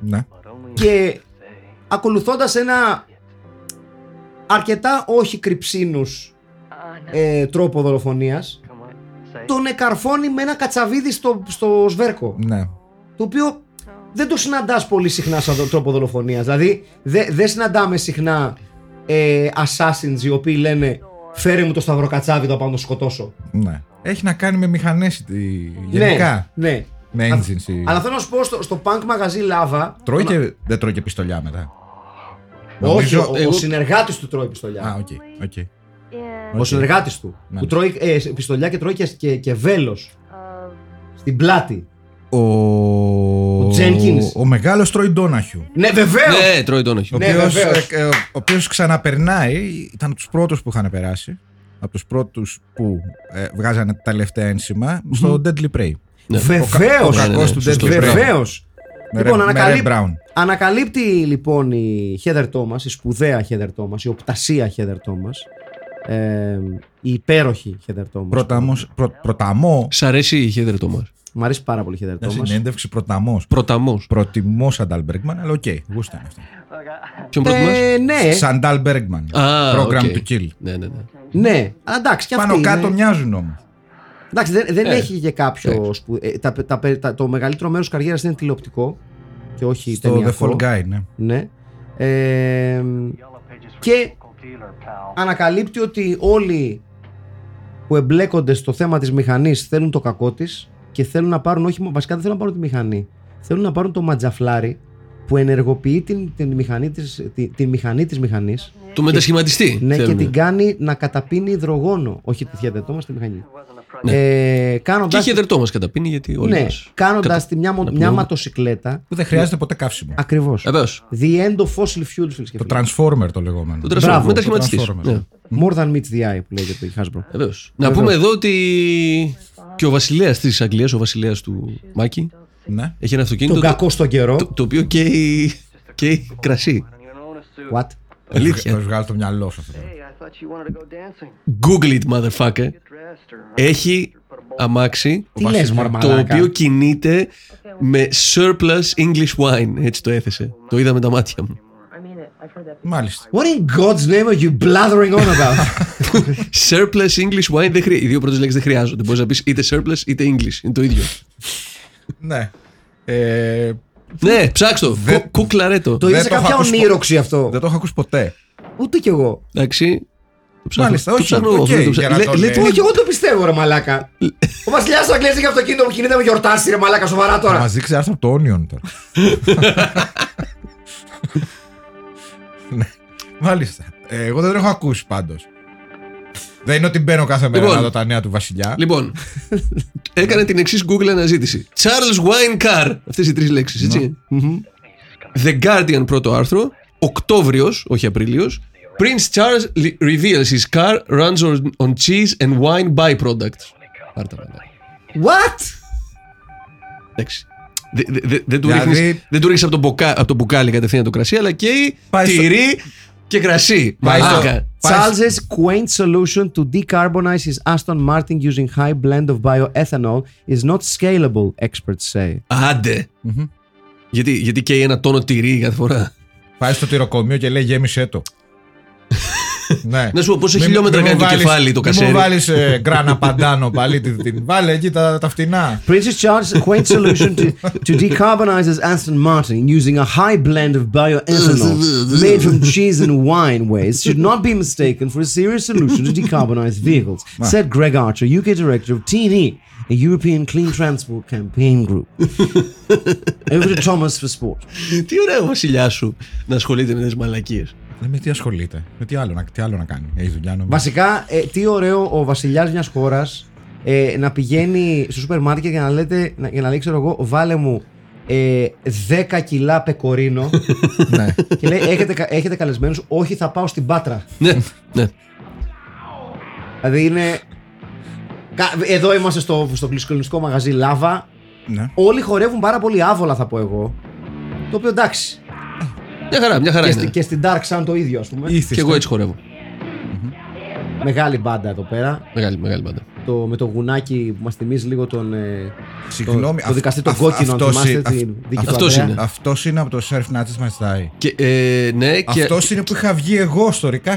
D: Ναι.
C: και ακολουθώντας ένα αρκετά όχι κρυψίνους ε, τρόπο δολοφονίας, τον εκαρφώνει με ένα κατσαβίδι στο, στο σβέρκο.
D: Ναι.
C: Το οποίο δεν το συναντάς πολύ συχνά σαν δο- τρόπο δολοφονίας. Δηλαδή δε- δεν συναντάμε συχνά ε, assassins οι οποίοι λένε Φέρε μου το σταυροκατσάβι εδώ πάνω να το σκοτώσω.
D: ναι. Έχει να κάνει με μηχανές τη- γενικά.
C: Ναι, ναι.
D: Με engines.
C: Αλλά θέλω να σου πω στο, στο punk μαγαζί Λάβα.
D: Τρώει και, δεν τρώει και πιστολιά μετά.
C: Όχι,
D: Νομίζω-
C: ο,
E: εγώ-
C: ο συνεργάτης του τρώει πιστολιά.
D: Α, οκ. οκ.
C: Ο
D: οκ.
C: συνεργάτης του.
D: Ναι.
C: Που τρώει ε, σε- πιστολιά και τρώει και, και, και βέλος. Στην πλάτη.
D: Ο,
C: Ο Jenkins.
D: Ο μεγάλος τρώει Ντόναχιου.
C: Ναι, βεβαίως!
E: Ναι, τρώει τον όχι.
D: Ο
C: Ναι,
D: οποίος,
C: βεβαίως.
D: ε, ε, ο οποίος ξαναπερνάει, ήταν τους πρώτους που είχαν περάσει. Από τους πρώτους που ε, βγάζανε τα τελευταία ένσημα στο Deadly Prey.
C: Βεβαίω!
D: ναι, Ο κακός
C: Ναι,
D: του
E: σωστό,
D: Deadly Prey.
E: σωστό.
C: Βεβαίως!
D: Με
C: Λοιπόν,
D: Red- με
C: ανακαλύπ-
D: Red Brown.
C: Ανακαλύπτει λοιπόν η Heather Thomas, η σπουδαία Heather Thomas, η οπτασία Heather Thomas. Ε, η υπέροχη Heather Thomas.
D: Προταμός- πρω- προταμό.
E: Σ' αρέσει η Χέδερ Τόμας.
C: Μ' αρέσει πάρα πολύ η Heather
D: Μια
C: Thomas.
D: συνέντευξη προταμός.
E: Προταμός.
D: Προτιμώ Σαντάλ Μπέργκμαν, αλλά οκ, γούσταν αυτό.
E: Ποιον προτιμάς.
C: Ε, ναι,
D: Σαντάλ Μπέργκμαν.
E: Α,
D: Program
E: οκ.
D: to kill.
E: Ναι, ναι, ναι.
C: ναι. Αλλά εντάξει, και ναι.
D: Πάνω
C: αυτή
D: κάτω
C: είναι-
D: μοιάζουν όμως.
C: Εντάξει, δεν, δεν
E: Ε,
C: έχει και κάποιο.
E: εντάξει.
C: σπου- ε, τα, τα, τα- το μεγαλύτερο μέρος της καριέρας είναι τηλεοπτικό και όχι
D: Το The
C: ταινιακό.
D: Fall Guy, ναι.
C: Ναι. Ε, και ανακαλύπτει ότι όλοι που εμπλέκονται στο θέμα της μηχανής θέλουν το κακό της και θέλουν να πάρουν, όχι μόνο- βασικά δεν θέλουν να πάρουν τη μηχανή, θέλουν να πάρουν το ματζαφλάρι που ενεργοποιεί την, την μηχανή της, τη, τη μηχανή της μηχανής
E: Το μετασχηματιστή.
C: ναι, και
E: θέλουμε.
C: την κάνει να καταπίνει υδρογόνο, όχι τη διαδετό μας τη μηχανή.
E: Ναι.
C: Ε,
E: Και η
C: κάνοντας
E: Χέδερ Τόμα καταπίνει γιατί όλοι.
C: ναι,
E: μας-
C: κάνοντας
E: κατα-
C: τη μια, μο- μια
E: αναπνέουμε.
C: ματοσυκλέτα
D: Που δεν χρειάζεται ποτέ καύσιμο.
C: ακριβώς.
E: Βεβαίως.
C: The end of fossil fuels, φίλες και
D: Το
C: φίλοι.
D: Transformer το λεγόμενο.
E: Το
D: Το
E: τρασ-
C: Μπράβο,
E: μετασχηματιστής.
D: το Transformers.
E: Ναι,
C: More than meets the eye που λέγεται η Hasbro.
E: βεβαίως. Να πούμε εδώ ότι και ο βασιλέας της Αγγλίας, ο βασιλέας του Μάκη,
D: Ναι.
E: έχει ένα αυτοκίνητο
C: Τον
E: το-
C: κακό στον καιρό.
E: το, το οποίο καίει, καίει κρασί.
C: What?
E: Αλήθεια.
D: Θα σου βγάλω το μυαλό σου αυτό. τώρα.
F: Hey, I thought you wanted to go dancing.
E: Google it, motherfucker.
F: Dressed or
E: Έχει αμάξι
C: Τι λες μωρέ
E: το
C: μαλάκα.
E: οποίο κινείται με surplus English wine. Έτσι το έθεσε. Το είδα με τα μάτια μου.
D: Μάλιστα.
C: What in God's name are you blathering on about?
E: surplus English wine. Δεν χρει- Οι δύο πρώτες λέξεις δεν χρειάζονται. Μπορείς να πεις είτε surplus είτε English. Είναι το ίδιο.
D: Ναι. Ε,
E: ναι, ψάξτε το.
D: Δεν-
E: Κουκλαρέτο.
C: το είδα σε
D: το έχω
C: κάποια
D: ακούσει
C: ονείροξη αυτό.
D: δεν το έχω ακούσει ποτέ.
C: Ούτε κι εγώ.
E: Εντάξει. Το ψάχνω.
D: Μάλιστα,
E: το
D: όχι,
E: ψάχνω
D: οκ,
E: εγώ, δεν το
D: για
E: ψάχνω.
D: να
E: Λέ-
D: το
E: λέτε-
D: λέει.
C: Όχι, εγώ το πιστεύω, ρε Μαλάκα. Ο βασιλιάς του Αγγλία έχει αυτοκίνητο που κινείται με γιορτάσει, ρε Μαλάκα, σοβαρά
D: Θα
C: τώρα.
D: μα δείξει άρθρο από το Onion τώρα. ναι. Μάλιστα. Ε, εγώ δεν τον έχω ακούσει πάντως. Δεν είναι ότι μπαίνω κάθε μέρα
E: Λοιπόν.
D: να δω τα νέα του Βασιλιά.
E: Λοιπόν, έκανε την εξής Google αναζήτηση. Charles Wine Car. Αυτές οι τρεις λέξεις, έτσι. The Guardian πρώτο άρθρο. Οκτώβριος, όχι Απρίλιος. Prince Charles li- reveals his car runs on, on cheese and wine byproducts. Πάρτα μαλάκα.
C: What?
E: Εντάξει. Δε- δε- δε- Δεν του
D: Δηλαδή-
E: ρίχνεις- δεν του ρίχνεις από, το μποκα- από το μπουκάλι κατευθείαν το κρασί, αλλά και
D: Πάει στο-
E: τυρί και κρασί.
D: Πάει στο-
E: Μαλάκα.
D: Πάει-
C: Charles's quaint solution to decarbonize his Aston Martin using high blend of bioethanol is not scalable, experts say.
E: Άντε. Γιατί, γιατί καίει ένα τόνο τυρί κάθε φορά.
D: Πάει στο τυροκομείο και λέει γέμισε το. ναι.
E: Να σου πω πόσα
D: Μη-
E: χιλιόμετρα
D: μη
E: κάνει
D: μου
E: το
D: βάλεις-
E: κεφάλι το
D: Μη
E: κασέρι.
D: μου βάλεις ε, γκράνα παντάνο παλί την, την- Βάλε εκεί τα, τα φτηνά.
C: Princess Charles' quaint solution to, to decarbonize his Aston Martin using a high blend of bioethanol made from cheese and wine waste should not be mistaken for a serious solution to decarbonize vehicles, said Greg Archer, UK director of TNE, a European Clean Transport Campaign Group. Over to Thomas for sport.
E: Τι ωραίο ο βασιλιά σου να ασχολείται με τι μαλακίες.
D: Ε, με τι ασχολείται. Με τι άλλο, να- τι άλλο να κάνει. Έχει δουλειά νομίζω.
C: Βασικά, ε, τι ωραίο ο βασιλιάς μιας χώρας ε, να πηγαίνει στο σούπερ μάρκετ για να, λέτε, να, για να λέει, ξέρω εγώ, βάλε μου ε, 10 κιλά πεκορίνο
D: ναι.
C: και λέει έχετε, κα- έχετε καλεσμένους, όχι θα πάω στην Πάτρα.
E: ναι, ναι.
C: Δηλαδή είναι... Κα- Εδώ είμαστε στο, στο κλεισικολινιστικό μαγαζί Λάβα.
D: ναι.
C: Όλοι χορεύουν πάρα πολύ άβολα θα πω εγώ. Το οποίο εντάξει.
E: Μια χαρά, μια χαρά
C: Και,
E: είναι.
C: στη-
E: Και,
C: και στην Dark Sun το ίδιο ας πούμε.
D: Ήθιστε.
E: εγώ έτσι χορεύω.
C: Μεγάλη μπάντα εδώ πέρα.
E: Μεγάλη, μεγάλη πάντα.
C: το, με το γουνάκι που μας θυμίζει λίγο τον. ε,
D: Συγγνώμη,
C: το
D: αυ-
C: δικαστή τον
D: αυ-
C: κόκκινο, αν
D: αυτός
C: θυμάστε,
D: είναι-
C: την
D: αυ-
C: δίκη του
E: αυτός
C: Ανδρέα.
E: είναι.
D: Αυτός είναι από το Surf Nazis Must Die.
E: Και, ε, ναι, και.
D: Αυτός είναι που είχα βγει εγώ στο Recast.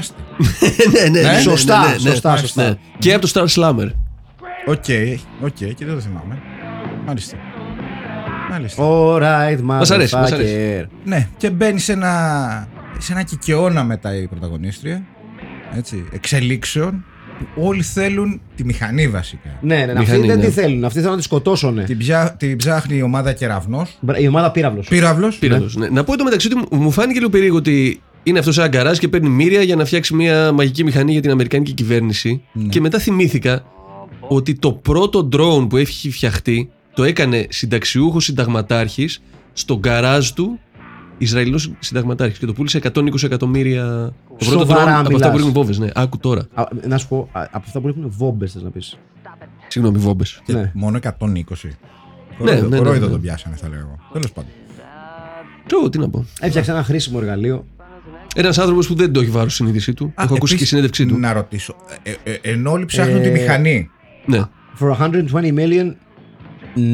E: ναι, ναι, ναι,
C: Ε, σωστά,
E: ναι, ναι, ναι.
C: σωστά, σωστά.
E: Ναι. Και από το Star Slammer.
D: Οκ, οκ, και δεν το θυμάμαι. Μάλιστα. Μάλιστα.
C: Alright,
E: Μας αρέσει, μας
C: motherfucker.
E: αρέσει.
D: Ναι, και μπαίνει σε ένα, σε ένα κικαιώνα μετά η πρωταγωνίστρια. Έτσι, εξελίξεων που όλοι θέλουν τη μηχανή βασικά.
C: Ναι, ναι, ναι.
E: Μηχανή,
C: Αυτοί δεν
E: ναι.
C: τι θέλουν. Αυτοί θέλουν να τη σκοτώσουν.
D: Την, ψά, την ψάχνει η ομάδα κεραυνός.
C: Η ομάδα πύραυλος.
D: Πύραυλος.
E: Πύραυλος, ναι. Να πω το μεταξύ του, μου φάνηκε λίγο περίεργο ότι είναι αυτός ένα γκαράζ και παίρνει μύρια για να φτιάξει μια μαγική μηχανή για την Αμερικάνικη κυβέρνηση.
D: Ναι.
E: Και μετά θυμήθηκα ότι το πρώτο drone που έχει φτιαχτεί το έκανε συνταξιούχος συνταγματάρχης στο γκαράζ του Ισραηλινός συνταγματάρχης και το πούλησε 120 εκατομμύρια. Το πρώτο
C: Σοβαρά
E: drone από αυτά
C: μιλάς.
E: που ρίχνουν βόβε. Ναι, άκου τώρα.
C: Να σου πω, α, από αυτά που έχουν βόμπε, θες να πεις.
E: Συγγνώμη, βόμπε.
C: Ναι.
D: Μόνο 120.
E: Ναι,
D: Ρόιδο-
E: ναι, ναι,
D: Ρόιδο
E: ναι.
D: τον πιάσανε, θα λέω εγώ. Τέλος πάντων.
E: Ξέρω εγώ τι να πω.
C: Έφτιαξε ένα χρήσιμο εργαλείο.
E: Ένας άνθρωπος που δεν το έχει βάρος στην συνείδησή του.
D: Α,
E: Έχω ακούσει
D: επίσης,
E: και συνέντευξή του.
D: Να ρωτήσω. Ε, ε, ενώ όλοι ψάχνουν τη
C: Ε,
D: μηχανή.
E: Ναι,
C: For 120 million,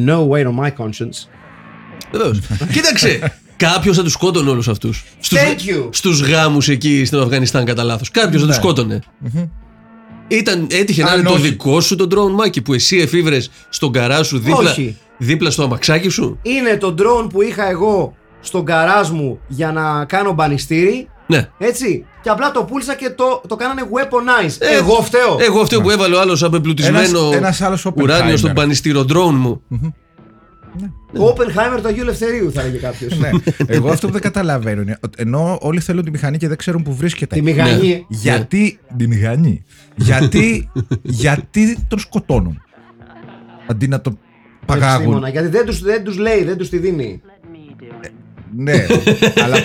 C: no way on my conscience.
E: βεβαίως. Κοίταξε! Κάποιος θα τους σκότωνε όλους αυτούς.
C: Thank you.
E: Στους γάμους εκεί στο Αφγανιστάν, κατά λάθος. Κάποιος θα τους σκότωνε. Ήταν, έτυχε να
D: Ναι. Αν
E: είναι το
D: όχι.
E: δικό σου το drone μάκι που εσύ εφήβρες στον καρά σου δίπλα,
C: Όχι.
E: δίπλα στο αμαξάκι σου.
C: Είναι το drone που είχα εγώ στον καράζ μου για να κάνω μπανιστήρι.
E: Ναι.
C: Έτσι. Και απλά το πούλησα και το, το κάνανε weaponize.
E: Ε,
C: εγώ φταίω.
E: Εγώ αυτό που έβαλε ο άλλος απεμπλουτισμένο
D: Ναι. Ένας- ένας άλλος
E: ουράνιο
D: Oppenheimer.
E: στον πανιστήρο drone μου.
C: Ο Ναι. Όπενχάιμερ του Αγίου Ελευθερίου θα έλεγε κάποιος.
D: ναι. Εγώ αυτό που δεν καταλαβαίνω είναι ότι ενώ όλοι θέλουν τη μηχανή και δεν ξέρουν που βρίσκεται.
C: Τη μηχανή.
E: Ναι.
D: Γιατί. Τη μηχανή. Γιατί, γιατί τον σκοτώνουν. Αντί να τον παγάγουν.
C: επιστήμονα, γιατί δεν τους, δεν τους λέει, δεν τους τη δίνει.
D: ναι, αλλά.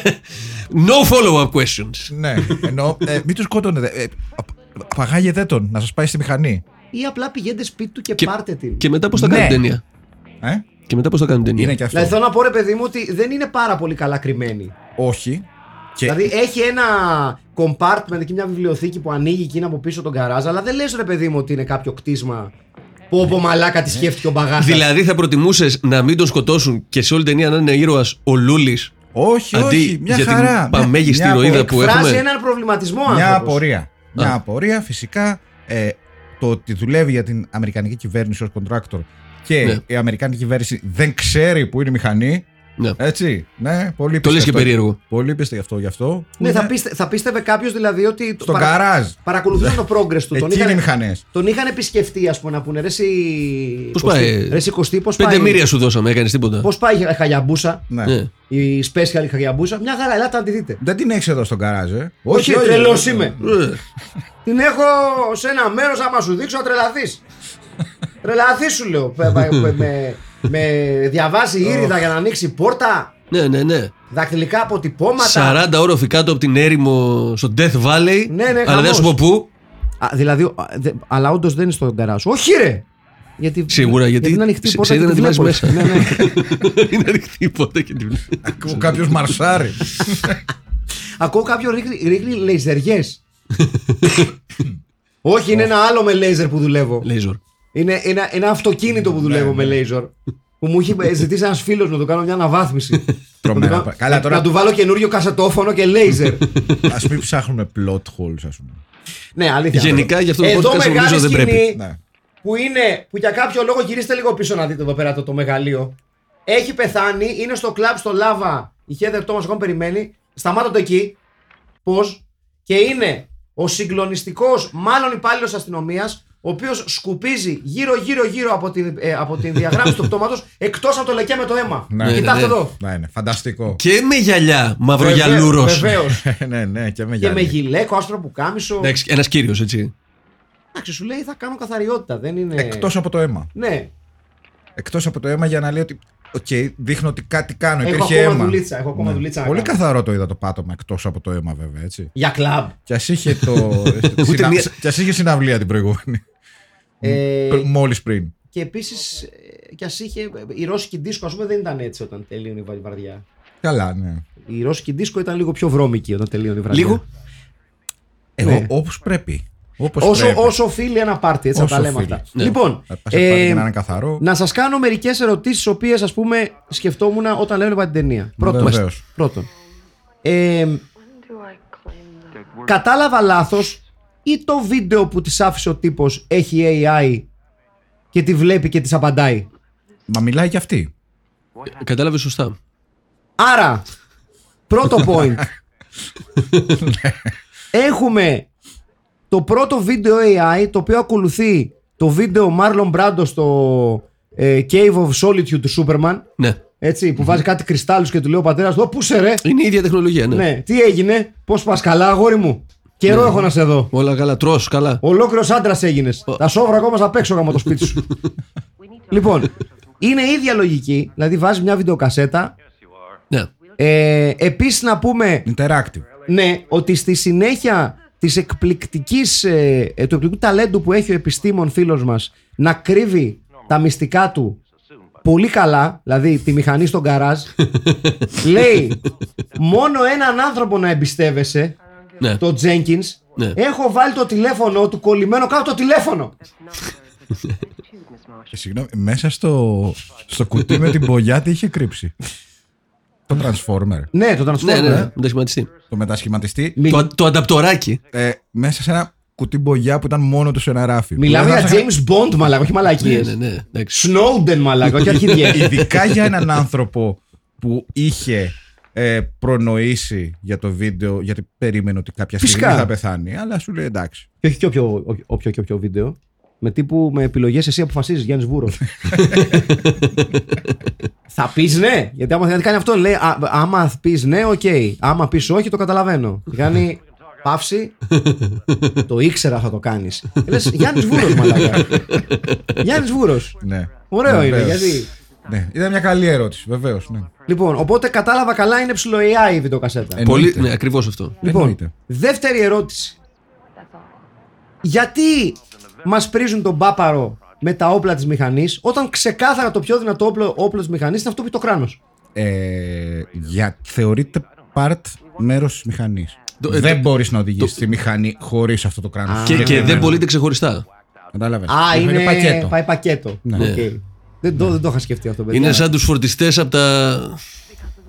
E: No follow-up questions.
D: Ναι, ενώ. Ε, μην τον σκότωνε. Ε, πα- παγάγετε τον, να σας πάει στη μηχανή.
C: Ή απλά πηγαίνετε σπίτι του και,
E: Και-
C: πάρτε την.
E: Και μετά πώς θα
D: Ναι.
E: κάνουν ταινία.
D: Ε?
E: Και μετά πώς θα κάνουν ταινία.
D: Είναι και αυτό.
C: Δηλαδή θέλω να πω ρε παιδί μου ότι δεν είναι πάρα πολύ καλά κρυμμένη.
D: Όχι. Και
C: Δηλαδή έχει ένα compartment εκεί, μια βιβλιοθήκη που ανοίγει εκείνα από πίσω τον καράζ, αλλά δεν λες ρε παιδί μου ότι είναι κάποιο κτίσμα που όπου μαλάκα τη σκέφτηκε ο μπαγάζας.
E: Δηλαδή θα προτιμούσες να μην τον σκοτώσουν και σε όλη την ταινία να είναι ήρωας ο Λούλης.
D: όχι,
E: Αντί
D: όχι. Μια
E: για την
D: χαρά. Μια-
E: παμέγιστη
D: μια
E: ηρωίδα
D: απορία.
E: που
C: Φράζει
E: έχουμε.
C: έναν προβληματισμό
D: Μια
C: άνθρωπος.
D: απορία. Μια
E: Α.
D: απορία φυσικά ε, το ότι δουλεύει για την Αμερικανική κυβέρνηση ως contractor και
E: Ναι.
D: η Αμερικανική κυβέρνηση δεν ξέρει που είναι η μηχανή.
E: Ναι.
D: Έτσι. Ναι, πολύ
E: Το λες και
D: αυτό.
E: περίεργο.
D: Πολύ πείστε γι' αυτό. Γι αυτό
C: Ναι, θα,
D: Είναι
C: πίστε, θα πίστευε κάποιος δηλαδή ότι. το
D: Στον καράζ.
C: Παρακολουθούσαν το progress του.
D: Εκεί είναι οι
C: είχαν-
D: μηχανές.
C: Τον είχαν επισκεφτεί, ας πούμε, να πούνε ρε εσύ.
E: Πώς
C: Κωστή,
E: πάει,
C: Ρε εσύ Κωστή, πώς πάει.
E: Πέντε μύρια σου δώσαμε, έκανες τίποτα.
C: Πώς πάει η Χαγιαμπούσα,
D: Ναι.
E: Ναι.
C: η special Χαγιαμπούσα. Μια χαρά, ελάτε να τη δείτε.
D: Δεν την έχεις εδώ στον καράζ, ε.
C: Όχι, τρελός είμαι.
E: Ε,
C: Την έχω σε ένα μέρος, άμα σου δείξω, να τρελαθείς. τρελαθείς σου λέω. Πε- πε- πε- με, με διαβάσει η ήρυδα για να ανοίξει πόρτα.
E: Ναι, ναι, ναι.
C: Δακτυλικά αποτυπώματα.
E: 40 όροφοι κάτω από την έρημο στο Death Valley.
C: Ναι, ναι,
E: αλλά δεν
C: χαμός.
E: σου πω πού.
C: Α, δηλαδή, α, δε- αλλά όντως δεν είναι στον καράζ. Όχι, ρε! Γιατί,
E: Σίγουρα, γιατί
C: είναι ανοιχτή η
E: σε-
C: πόρτα.
E: σε
C: και
E: είδα
C: τη
E: να
C: βλέπω.
E: μέσα.
C: Ναι, ναι.
E: είναι ανοιχτή η πόρτα και την
D: Κάποιο μαρσάρι.
C: Ακούω κάποιον ρίχνει, ρίχνει λέιζεριές. Όχι, είναι ένα άλλο με λέιζερ που δουλεύω.
E: Λέιζορ.
C: Είναι ένα, ένα αυτοκίνητο που δουλεύω με λέιζερ. Που μου είχε ζητήσει ένας φίλος να του κάνω μια αναβάθμιση.
D: Τρομερά.
C: Να του κάνω-
D: Καλά, τώρα-
C: Να του βάλω καινούριο κασετόφωνο και λέιζερ.
D: Ας μην ψάχνουμε plot holes, ας πούμε.
C: ναι, αλήθεια.
E: Γενικά, γι' αυτό το
C: Εδώ
E: podcast
C: μεγάλη
E: νομίζω δεν
C: σκηνή
E: πρέπει.
D: Ναι.
C: που είναι, που για κάποιο λόγο γυρίστε λίγο πίσω να δείτε εδώ πέρα το, το μεγαλείο. Έχει πεθάνει, είναι στο κλαμπ στο Λάβα. Η Heather Thomas ακόμα περιμένει. Σταμάτονται εκεί. Πώς. Και είναι ο συγκλονιστικός, μάλλον υπάλληλος αστυνομίας, ο οποίος σκουπίζει γύρω-γύρω-γύρω από την, ε, από την διαγράμμιση του πτώματος, εκτός από το λεκέ με το αίμα.
D: Ναι,
C: Κοιτάξτε
E: ναι, ναι.
C: εδώ.
D: Ναι, ναι, φανταστικό.
E: Και με γυαλιά, μαυρογιαλούρος.
C: Βεβαίως.
D: ναι, ναι, και με
C: και με
D: γυαλί.
C: γυλαίκο, άστρο που κάμισο.
E: Εντάξει, ένας κύριος, έτσι.
C: Εντάξει, σου λέει θα κάνω καθαριότητα. Δεν είναι.
D: Εκτός από το αίμα.
C: Ναι.
D: Εκτός από το αίμα για να λέει ότι Οκ, δείχνω ότι κάτι κάνω.
C: Έχω
D: Υπήρχε
C: ακόμα
D: αίμα.
C: δουλίτσα, έχω ακόμα
D: Ναι.
C: δουλίτσα να
D: Πολύ
C: κάνω.
D: καθαρό το είδα το πάτωμα εκτός από το αίμα, βέβαια. Έτσι.
C: Για κλαμπ.
D: Κι ας είχε, το... συνα...
E: μία-
D: κι ας είχε συναυλία την προηγούμενη.
C: Ε,
D: Μόλις πριν.
C: και επίσης, κι ας είχε. ε, Η ρώσικη δίσκο, ας πούμε, δεν ήταν έτσι όταν τελείωνε η βα- βαρδιά.
D: Καλά, ναι.
C: Η ρώσικη δίσκο ήταν λίγο πιο βρώμικη όταν τελείωνε η βραδιά.
E: Λίγο.
C: Ναι.
D: Όπως Ε, πρέπει. Όπως
C: Όσο,
D: πρέπει.
C: όσο οφείλει ένα πάρτι, έτσι θα
D: Όσο
C: τα λέμε
D: οφείλει.
C: αυτά.
E: Ναι.
C: Λοιπόν,
D: Θα πας σε πάρτι
C: ε,
D: για να είναι καθαρό.
C: να σας κάνω μερικές ερωτήσεις, οποίες ας πούμε σκεφτόμουν όταν έβλεπα την ταινία. Πρώτον,
D: Βεβαίως.
C: πρώτον
G: Do
C: ε,
G: I claim the
C: κατάλαβα λάθος ή το βίντεο που της άφησε ο τύπος έχει AI και τη βλέπει και της απαντάει.
D: Μα μιλάει κι αυτή.
E: Κατάλαβες σωστά.
C: Άρα, πρώτο point. Έχουμε το πρώτο βίντεο AI το οποίο ακολουθεί το βίντεο Marlon Brando στο ε, Cave of Solitude του Superman.
E: Ναι.
C: Έτσι, που βάζει κάτι κρυστάλλους και του λέει ο πατέρας του: «Ω, Πού σε ρε,
E: Είναι η ίδια τεχνολογία, ναι.
C: ναι, τι έγινε, Πώς πας καλά, αγόρι μου. Καιρό έχω να σε δω.
E: Όλα καλά, τρώ, καλά.
C: Ολόκληρος άντρας έγινες. Τα σόβρα ακόμα απ' έξω γάμο το σπίτι σου. λοιπόν, είναι η ίδια λογική. Δηλαδή, βάζεις μια βιντεοκασέτα.
E: Ναι.
C: Ε, Επίσης, να πούμε
D: Interactive.
C: ναι, ότι στη συνέχεια της εκπληκτικής, ε, ε, του εκπληκτικού ταλέντου που έχει ο επιστήμον φίλος μας να κρύβει τα μυστικά του πολύ καλά, δηλαδή τη μηχανή στον καράζ, λέει μόνο έναν άνθρωπο να εμπιστεύεσαι,
E: ναι.
C: το Jenkins,
E: Ναι.
C: έχω βάλει το τηλέφωνο του κολλημένο κάτω το τηλέφωνο.
D: Και Ε, συγγνώμη, μέσα στο, στο κουτί με την μπογιά τι είχε κρύψει. το Transformer.
C: Ναι, το Transformer.
E: Ναι, ναι, ναι.
C: ε.
E: Μετασχηματιστή.
D: Το μετασχηματιστή.
C: Μι-
E: Το, το ανταπτοράκι.
D: ε, μέσα σε ένα κουτί μπογιά που ήταν μόνο του σε ένα ράφι.
C: Μιλάμε
D: Που
C: για
D: δεν θα-
C: James Bond, μαλάκα, όχι
E: Ναι,
C: μαλακίες.
E: ναι, ναι. εντάξει.
C: Snowden, μαλάκα, όχι αρχιδιές.
D: Ειδικά για έναν άνθρωπο που είχε ε, προνοήσει για το βίντεο, γιατί περίμενε ότι κάποια στιγμή
C: Φυσικά.
D: θα πεθάνει. Αλλά σου λέει εντάξει.
C: Και όχι και όποιο, όποιο, όποιο, και όποιο βίντεο. Με τύπου με επιλογές εσύ αποφασίζεις, Γιάννης Βούρος. θα πεις ναι, γιατί άμα θέλει κάνει αυτό, λέει α, Άμα πεις ναι, οκ. Άμα πεις όχι, το καταλαβαίνω. Και κάνει παύση. το ήξερα θα το κάνεις. Λες Γιάννης Βούρος, μαλάκα. Γιάννης Βούρος.
D: Ναι.
C: Ωραίο είναι,
D: Βεβαίως.
C: γιατί.
D: Ναι, ήταν μια καλή ερώτηση, βεβαίως. Ναι.
C: Λοιπόν, οπότε κατάλαβα καλά, είναι ψηλό AI η βιντεοκασέτα.
D: Εννοείται.
E: Πολύ, ναι, ακριβώς αυτό.
C: Λοιπόν,
D: εννοείται.
C: δεύτερη ερώτηση. Γιατί μας πρίζουν τον μπάπαρο με τα όπλα της μηχανής όταν ξεκάθαρα το πιο δυνατό όπλο, όπλο της μηχανής είναι αυτό που έχει το κράνος.
D: Ε, για, θεωρείται part μέρος της μηχανής.
E: Το- ε,
D: δεν
E: το-
D: μπορείς να οδηγήσεις τη μηχανή χωρίς αυτό το κράνος.
E: Και, και δεν πωλείται ξεχωριστά.
D: Κατάλαβες.
C: Α, είναι,
D: πακέτο.
C: πάει πακέτο.
D: Ναι.
C: Οκ. Δεν, το, δεν το είχα σκεφτεί αυτό, παιδιά.
E: Είναι σαν τους φορτιστές από τα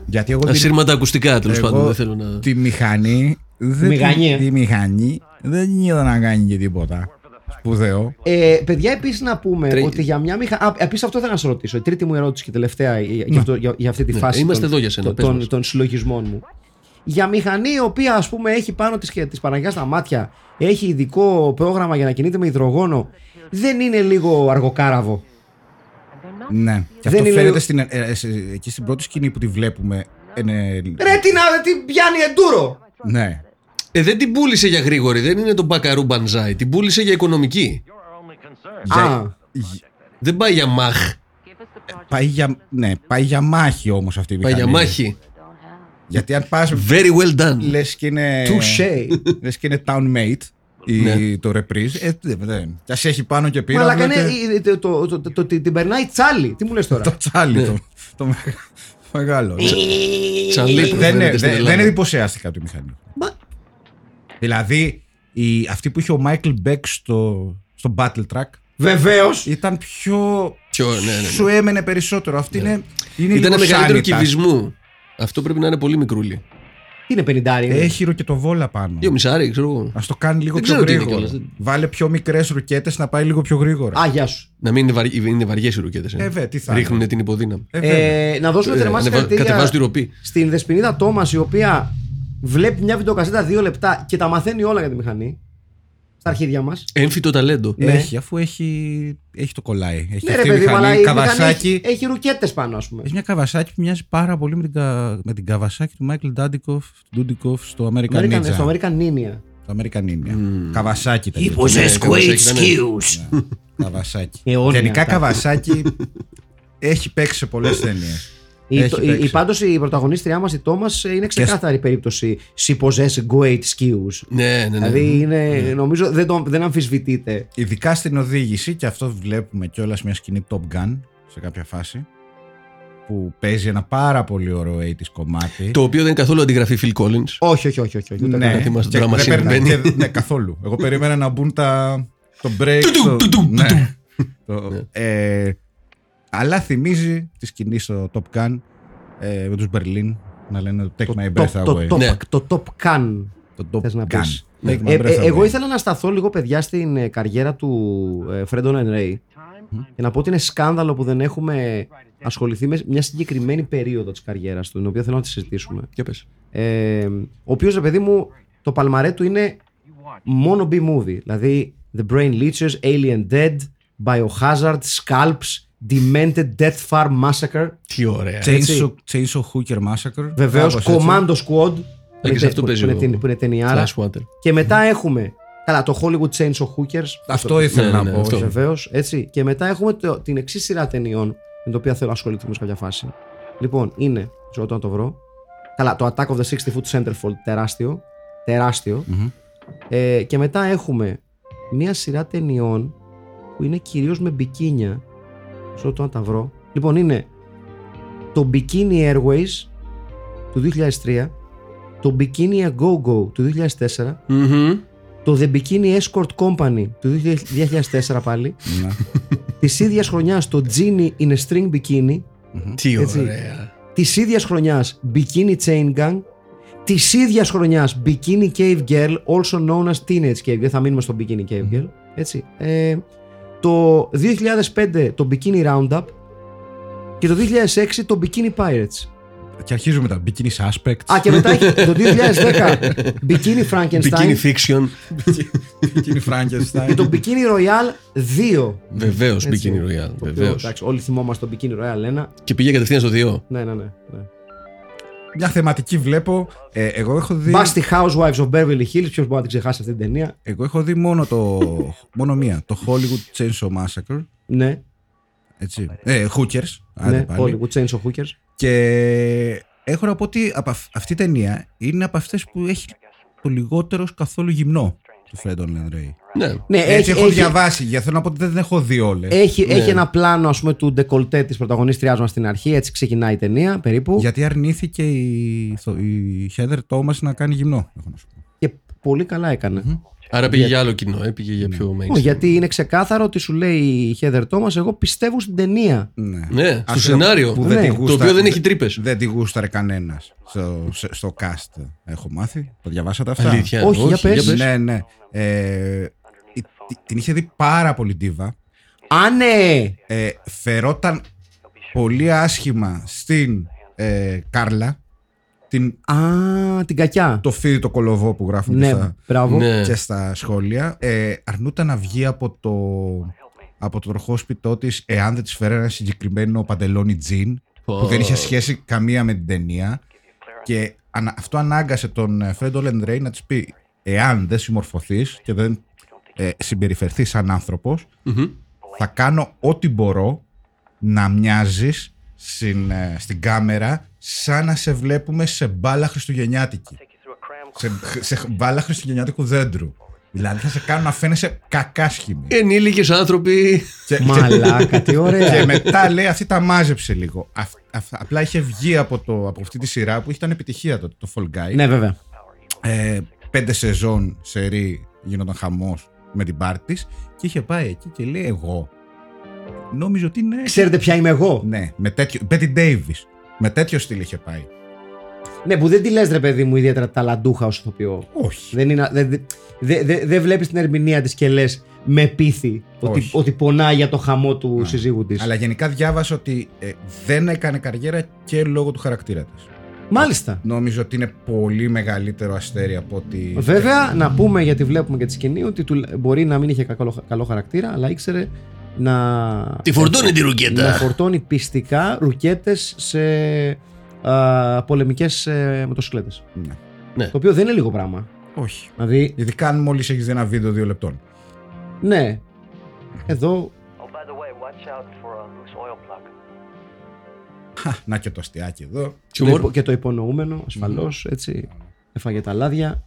D: Γιατί εγώ, την-
E: ασύρματα ακουστικά, τέλος
D: εγώ
E: Ε, πάντων. Δεν θέλω να.
D: τη μηχανή. Δεν,
C: Μηχανή, ε.
D: Τη, τη μηχανή δεν την είδα να κάνει και τίποτα. Σπουδαίο.
C: Ε, παιδιά, επίσης να πούμε
E: Τρε-
C: ότι για μια μηχανή. Επίσης, αυτό ήθελα να σα ρωτήσω. Η τρίτη μου ερώτηση και τελευταία για, για αυτό- για, για αυτή τη
E: Ναι,
C: φάση.
E: είμαστε
C: των,
E: εδώ για σένα,
C: των-
E: πες
C: των-
E: μας.
C: των συλλογισμών μου. Για μηχανή η οποία ας πούμε έχει πάνω της, και- της Παναγιάς στα μάτια έχει ειδικό πρόγραμμα για να κινείται με υδρογόνο δεν είναι λίγο αργοκάραβο
D: Ναι. Και
C: Δεν
D: αυτό
C: είναι-
D: φαίνεται στην, ε, ε, σε- εκεί στην πρώτη σκηνή που τη βλέπουμε. Ε, ναι.
C: Ρε τι να τι πιάνει εντούρο
D: ναι.
E: Ε, δεν την πούλησε για γρήγορη, δεν είναι το μπακαρού μπανζάι. Την πούλησε για οικονομική.
C: Α,
E: Δεν πάει για μαχ,
D: Πάει για, ναι, πάει για μάχη όμως αυτή η
E: πάει
D: μηχανή.
E: για μάχη.
D: Γιατί αν πας,
E: Very well done.
D: λες και είναι.
C: touché
D: Λες και είναι townmate η,
E: Ναι.
D: το reprise. Ε, δεν. δεν. Κι ας έχει πάνω και πήρα.
C: Μαλάκα είναι η- το- το- το- το- το- την περνάει τσάλι Τι μου λες τώρα
D: Το τσάλι.
E: Ναι.
D: Το, το μεγα- το μεγάλο.
E: Τσαλί
D: δεν,
E: που Ε, φαίνεται ναι.
D: δεν,
E: στην Ελλάδα.
D: δεν εντυπωσιάστηκα από τη μηχανή.
C: Μα-
D: Δηλαδή, η, αυτή που είχε ο Michael Beck στο, στο Battle Track
C: Βεβαίως
D: ήταν πιο.
E: Πιο- ναι, ναι, ναι.
D: Σου έμενε περισσότερο. Αυτή είναι. είναι
E: Ήταν
D: λίγο
E: μεγαλύτερο
D: sanitas.
E: κυβισμού. Αυτό πρέπει να είναι πολύ μικρούλι.
C: Είναι 50
D: Έχει ροκετοβόλα πάνω.
E: Δύο μισάρι, ξέρω εγώ.
D: Ας το κάνει λίγο
E: Δεν
D: πιο
E: ξέρω τι είναι
D: γρήγορα.
E: κιόλας, δεν-
D: Βάλε πιο μικρές ρουκέτες να πάει λίγο πιο γρήγορα.
C: Α, γεια σου
E: Να μην είναι, βαρι... είναι βαριές οι ρουκέτες.
D: Ε, βέ, τι θα είναι.
E: Ρίχνουν την υποδύναμη.
D: Ε, βέβαια.
C: Ε, να δώσουμε
E: Ε,
C: θερμά
E: ανεβα-
C: συγχαρητήρια
E: κατεβάζω τη ροπή.
C: στην Δεσποινίδα Τόμας, η οποία βλέπει μια βιντεοκασέτα δύο λεπτά και τα μαθαίνει όλα για τη μηχανή. Στα αρχίδια μας.
E: Έμφυτο ταλέντο.
C: Ναι.
D: Έχει, αφού έχει, έχει το κολλάει. Έχει
C: Ναι, ρε
D: αυτή η
C: παιδί,
D: μηχανή,
C: αλλά η
D: Καβασάκι.
C: μηχανή έχει, έχει ρουκέτες πάνω, ας πούμε.
D: Έχει μια καβασάκι που μοιάζει πάρα πολύ με την, κα... με την καβασάκι του Michael Dudikoff, Dudikoff στο American,
C: American,
D: Ninja.
C: στο Mm. American Ninja.
D: Το American Ninja. Καβασάκι ήταν.
E: Ναι, κάπως έτσι ήταν.
D: Καβασάκι.
C: Αιώνια
D: Γενικά
C: τα-
D: καβασάκι έχει παίξει σε πολλές ταινίες.
C: Η,
D: Έχει
C: το- η,
D: παίξει.
C: η- πάντως η πρωταγωνίστριά μας, η Τόμας, ε, είναι ξεκάθαρη περίπτωση «She possesses great skills».
E: Ναι, ναι, ναι.
C: Δηλαδή, είναι, νομίζω δεν, το, δεν αμφισβητείται.
D: Ειδικά στην οδήγηση, και αυτό βλέπουμε κιόλας μια σκηνή Top Gun σε κάποια φάση. Που παίζει ένα πάρα πολύ ωραίο 80's κομμάτι.
E: Το οποίο δεν είναι καθόλου αντιγραφή Phil Collins.
C: Όχι, όχι, όχι. όχι, όχι ούτε
D: ναι,
E: να θυμάσαι
D: και
E: το drama
D: δεν
E: scene
D: παίρνει
E: που
D: και- ναι, καθόλου. Εγώ περίμενα να μπουν τα. Το break.
E: Του-του,
D: το-
E: του-του,
D: ναι.
E: του-του.
D: Το- ε, αλλά θυμίζει τη σκηνή στο Top Gun ε, με τους Berlin να λένε Take my
C: Το,
D: breath
C: το,
D: away.
C: το,
E: Ναι.
C: το, το top can.
D: Το Top
C: Θες να
D: Gun.
C: πεις.
D: Take my
C: Ε, ε,
D: breath
C: εγώ
D: away.
C: ήθελα να σταθώ λίγο, παιδιά, στην ε, καριέρα του ε, Φρέντον Ενρέι. Και να πω ότι είναι σκάνδαλο που δεν έχουμε ασχοληθεί με μια συγκεκριμένη περίοδο της καριέρας του, την οποία θέλω να τη συζητήσουμε.
E: Για πες.
C: Ε, ο οποίος, ρε παιδί μου, το παλμαρέ του είναι μόνο B-movie. Δηλαδή The Brain Leechers, Alien Dead, Biohazard, Scalps, Demented Death Farm Massacre.
E: Τι ωραία.
D: Chainsaw, Chainsaw Hooker Massacre.
C: Βεβαίω
D: κάπως έτσι.
C: Commando Squad.
E: και
C: με
E: σε
C: τε-
E: αυτό
C: που,
E: παίζει
C: που
E: ο-
C: είναι, ταινι- που είναι ταινιάρα.
E: Flash Water.
C: Και μετά έχουμε. Καλά, το Hollywood Chainsaw Hookers.
D: Αυτό ήθελα
E: Ναι,
D: να
E: ναι,
D: πω.
E: αυτό.
C: Βεβαίως, έτσι. Και μετά έχουμε το, την εξής σειρά ταινιών με την οποία θέλω να ασχοληθούμε σε κάποια φάση. Λοιπόν, είναι. Ξέρω όταν το βρω. Καλά, το Attack of the 60 Foot Centerfold, τεράστιο. τεράστιο.
D: Μμμ.
C: Ε, και μετά έχουμε μία σειρά ταινιών που είναι κυρίως με μπικίνια. Ξέρω όταν τα βρω. Λοιπόν, είναι το Bikini Airways του 2003, το Bikini A Go Go του 2004,
E: Μμμ.
C: το The Bikini Escort Company του 2004 πάλι,
D: Ναι.
C: της ίδιας χρονιάς το Genie in a String Bikini,
E: Τι
C: Έτσι.
E: ωραία.
C: της ίδιας χρονιάς Bikini Chain Gang, της ίδιας χρονιάς Bikini Cave Girl, also known as Teenage Cave Girl. Θα μείνουμε στο Bikini Cave Girl. Έτσι. Ε, το 2005 το Bikini Roundup και το 2006 το Bikini Pirates.
D: Και αρχίζουμε τα Bikini Suspects.
C: Α, και μετά έχει το 2010 Bikini Frankenstein
E: Bikini Fiction.
C: Ναι.
D: Bikini Frankenstein.
C: και το Bikini Royal 2.
E: Βεβαίως
C: Έτσι.
E: Bikini Royale.
C: Το οποίο,
E: Βεβαίως.
C: Εντάξει, όλοι θυμόμαστε τον Bikini Royal 1.
E: Και πήγε κατευθείαν στο 2.
C: Ναι, ναι, ναι. ναι.
D: Μια θεματική βλέπω. Ε, εγώ έχω δει.
C: Busty Housewives of Beverly Hills, ποιος μπορεί να την ξεχάσει αυτή την ταινία.
D: Εγώ έχω δει μόνο, το, μόνο μία. Το Hollywood Chainsaw Massacre.
C: Ναι,
D: Έτσι. Ε, hookers. άντε
C: ναι,
D: πάλι.
C: Hollywood Chains of Hookers.
D: Και έχω να πω ότι από αυ- αυτή η ταινία είναι από αυτές που έχει το λιγότερος καθόλου γυμνό του Φρέντον Λενρέι.
E: Ναι.
C: Ναι,
D: Έτσι
C: έχει,
D: έχω
C: έχει, Ε,
D: διαβάσει. Για θέλω να πω ότι δεν την έχω δει όλες.
C: έχει,
E: Ναι.
C: έχει ένα πλάνο ας πούμε, του ντεκολτέ της πρωταγωνίστριάς μας στην αρχή, έτσι ξεκινάει η ταινία περίπου.
D: Γιατί αρνήθηκε η, ηθο- η Heather Thomas να κάνει γυμνό. Έχω να σου πω.
C: Και πολύ καλά έκανε.
E: Άρα πήγε για άλλο κοινό, ε, πήγε για πιο mainstream.
C: Όχι, Ναι. γιατί είναι ξεκάθαρο ότι σου λέει η Heather Thomas, εγώ πιστεύω στην ταινία.
D: Ναι.
E: Ναι, στο
D: Ας
E: σενάριο.
D: Που δεν
C: Ναι.
D: τη
C: Το
E: Το
D: γούστα-
E: οποίο δεν έχει
D: δε-
E: τρύπες.
D: Δεν τη γούσταρε κανένας στο, σε- στο cast. Έχω μάθει. Το διαβάσατε αυτά.
E: Αλήθεια.
C: Όχι, για πες.
D: Ναι, ναι. Ε, η- τη- την είχε δει πάρα πολύ ντίβα.
C: Α, ναι!
D: ε, φερόταν πολύ άσχημα στην ε, Κάρλα, την,
C: Α, την κακιά.
D: το φίδι το κολοβό που γράφουν και,
C: ναι,
D: στα,
C: μπράβο.
E: Ναι.
D: και στα σχόλια. Ε, αρνούταν να βγει από το, από το τροχόσπιτό της εάν δεν της φέρανε ένα συγκεκριμένο παντελόνι τζιν
E: Πω.
D: που δεν είχε σχέση καμία με την ταινία. Και ανα- αυτό ανάγκασε τον ε, Φρέντο Λεντρέι να της πει εάν δεν συμμορφωθείς και δεν ε, συμπεριφερθείς σαν άνθρωπος
E: Μμμ.
D: θα κάνω ό,τι μπορώ να μοιάζεις στην, ε, στην κάμερα σαν να σε βλέπουμε σε μπάλα χριστουγεννιάτικη. Σε, σε μπάλα χριστουγεννιάτικου δέντρου. Δηλαδή θα σε κάνω να φαίνεσαι κακάσχημη.
E: Ενήλικες άνθρωποι.
D: Και-
C: Μαλάκα, τι
D: και
C: ωραία.
D: μετά λέει αυτή τα μάζεψε λίγο. Αυ- αυ- απλά είχε βγει από, το, από αυτή τη σειρά που ήταν επιτυχία τότε, το Fall Guy.
C: ναι, βέβαια.
D: Ε, πέντε σεζόν σε ρί γινόταν χαμός με την πάρτη της και είχε πάει εκεί και λέει εγώ. Νόμιζα ότι είναι.
C: Ξέρετε ποια είμαι εγώ.
D: Ναι, με τέτοιο. Betty Davis. Με τέτοιο στυλ είχε πάει.
C: Ναι, που δεν τη λες, ρε παιδί μου, ιδιαίτερα ταλαντούχα ως ηθοποιό.
D: Όχι.
C: Δεν, είναι, δεν, δεν, δεν, βλέπεις την ερμηνεία της και λες με πίθη ότι,
D: Όχι.
C: ότι πονάει για το χαμό του
D: Ναι.
C: συζύγου της.
D: Αλλά γενικά διάβασα ότι ε, δεν έκανε καριέρα και λόγω του χαρακτήρα της.
C: Μάλιστα.
D: Νόμιζα ότι είναι πολύ μεγαλύτερο αστέρι από ότι.
E: Ναι.
C: Βέβαια, να πούμε γιατί βλέπουμε και τη σκηνή ότι του, μπορεί να μην είχε καλό, καλό χαρακτήρα, αλλά ήξερε να.
E: Τη φορτώνει τη
C: Να
E: ρουκέτα.
C: φορτώνει πιστικά ρουκέτες σε πολεμικέ μοτοσυκλέτες.
D: Ναι.
E: Ναι.
C: Το οποίο δεν είναι λίγο πράγμα.
D: Όχι.
C: Δηλαδή,
D: Ειδικά αν μόλις έχεις δει ένα βίντεο δύο λεπτών.
C: ναι, εδώ
F: Oh, by the way, watch out for a loose uh, oil plug.
D: Χα, να και το αστιάκι εδώ.
E: Και ο Μορ-
C: Και το υπονοούμενο, ασφαλώς, έτσι. Έφαγε τα λάδια.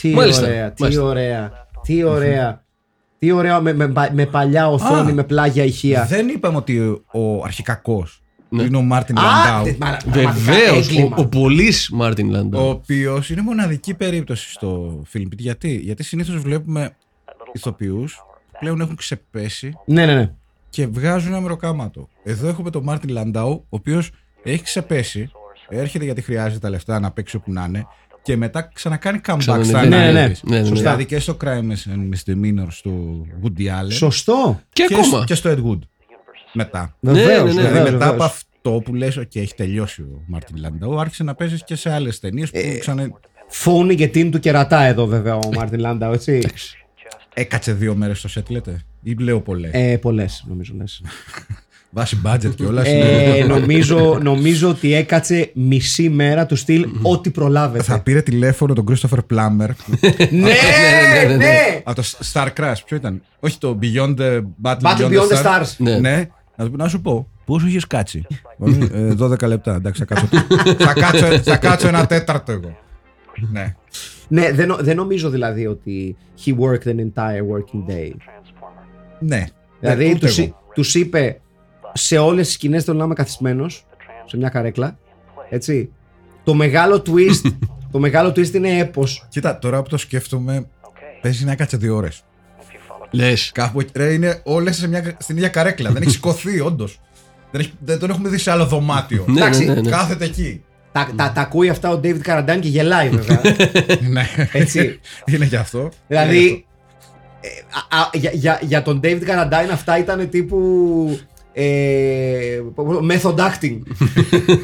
C: Τι
E: Μάλιστα,
C: ωραία, τι
E: μάλιστα.
C: ωραία. Τι ωραία. Τι ωραία με, με, πα- με παλιά οθόνη,
D: Α,
C: με πλάγια ηχεία.
D: Δεν είπαμε ότι ο αρχικακός
E: Ναι.
D: είναι ο Μάρτιν
C: Α,
D: Λαντάου.
C: τε- μα- πραγματικά
E: Βεβαίω.
C: Ναι. έγκλημα.
E: Ο, ο πολύς Μάρτιν
D: Ο
E: Λαντάου.
D: οποίος είναι μοναδική περίπτωση στο φιλμ. Γιατί, γιατί συνήθως βλέπουμε ηθοποιούς που πλέον έχουν ξεπέσει
C: Ναι, ναι, ναι.
D: και βγάζουν ένα μεροκάματο. Εδώ έχουμε τον Μάρτιν Λαντάου, ο οποίος έχει ξεπέσει, έρχεται γιατί χρειάζεται τα λεφτά να παίξει όπου να είναι και μετά ξανακάνει comeback στα
E: Ξανανεβαίνει.
C: Ναι, ναι, ναι.
D: ενάντια της.
E: Ναι, ναι, ναι.
D: Σωστά. Δικές στο Crime and Misdemeanors του Woody Allen
C: Σωστό.
E: Και
D: και, σ-
E: ακόμα.
D: και στο Ed Wood. Μετά.
E: ναι,
C: Βεβαίως,
E: ναι,
D: δηλαδή
C: βεβαίως,
D: μετά από
C: βεβαίως.
D: αυτό που λες, «Οκ, έχει τελειώσει ο Μάρτιν Λαντάου, άρχισε να παίζεις και σε άλλες ταινίες που
C: Ε,
D: ξανα...
C: Φώνει και τίνει του κερατά εδώ βέβαια ο Μάρτιν Λάνταου, έτσι.
D: Έκατσε δύο μέρες στο σετ, λέτε. Ή λέω πολλές.
C: Ε, πολλές, νομίζω λες.
D: Βάσει budget και όλα.
C: Ε,
E: ναι.
C: νομίζω, νομίζω ότι έκατσε μισή μέρα του στυλ ό,τι
D: Θα
C: προλάβετε.
D: πήρε τηλέφωνο τον Christopher Plummer.
C: ναι,
E: ναι, ναι, ναι.
D: από το Star Crash. Ποιο ήταν. Όχι το Beyond the Battle,
C: Battle Beyond the Stars.
E: Ναι.
D: Ναι. Να, του- να σου πω. Πόσο είχες κάτσει. Ε, 12 λεπτά. Εντάξει, θα κάτσω, θα κάτσω, θα κάτσω ένα τέταρτο εγώ. ναι.
C: Ναι, δεν, νο- δεν νομίζω δηλαδή ότι he worked an entire working day.
D: Ναι.
C: Δηλαδή
D: Ούτε
C: τους,
D: εγώ.
C: εί- τους είπε σε όλες τις σκηνές θέλω να είμαι καθισμένος σε μια καρέκλα, έτσι. Το μεγάλο twist, το μεγάλο twist είναι έπος.
D: Κοίτα, τώρα που το σκέφτομαι, παίζει να κάτσε δύο ώρες.
E: Λες.
D: Κάπου εκεί. Ρε, είναι όλες στην ίδια καρέκλα. δεν έχει σηκωθεί, όντως. Δεν, έχει- δεν τον έχουμε δει σε άλλο δωμάτιο.
E: Ναι, ναι,
C: Εντάξει,
E: ναι, ναι.
D: Κάθεται εκεί.
C: Τα, τα, τα ακούει αυτά ο David Καραντάν και γελάει βέβαια.
D: ναι.
C: Έτσι.
D: είναι γι' αυτό. Είναι γι'
C: δηλαδή,
D: Ναι.
C: ε, α, α, για, για, για τον David Καραντάν αυτά ήταν τύπου ε, method acting.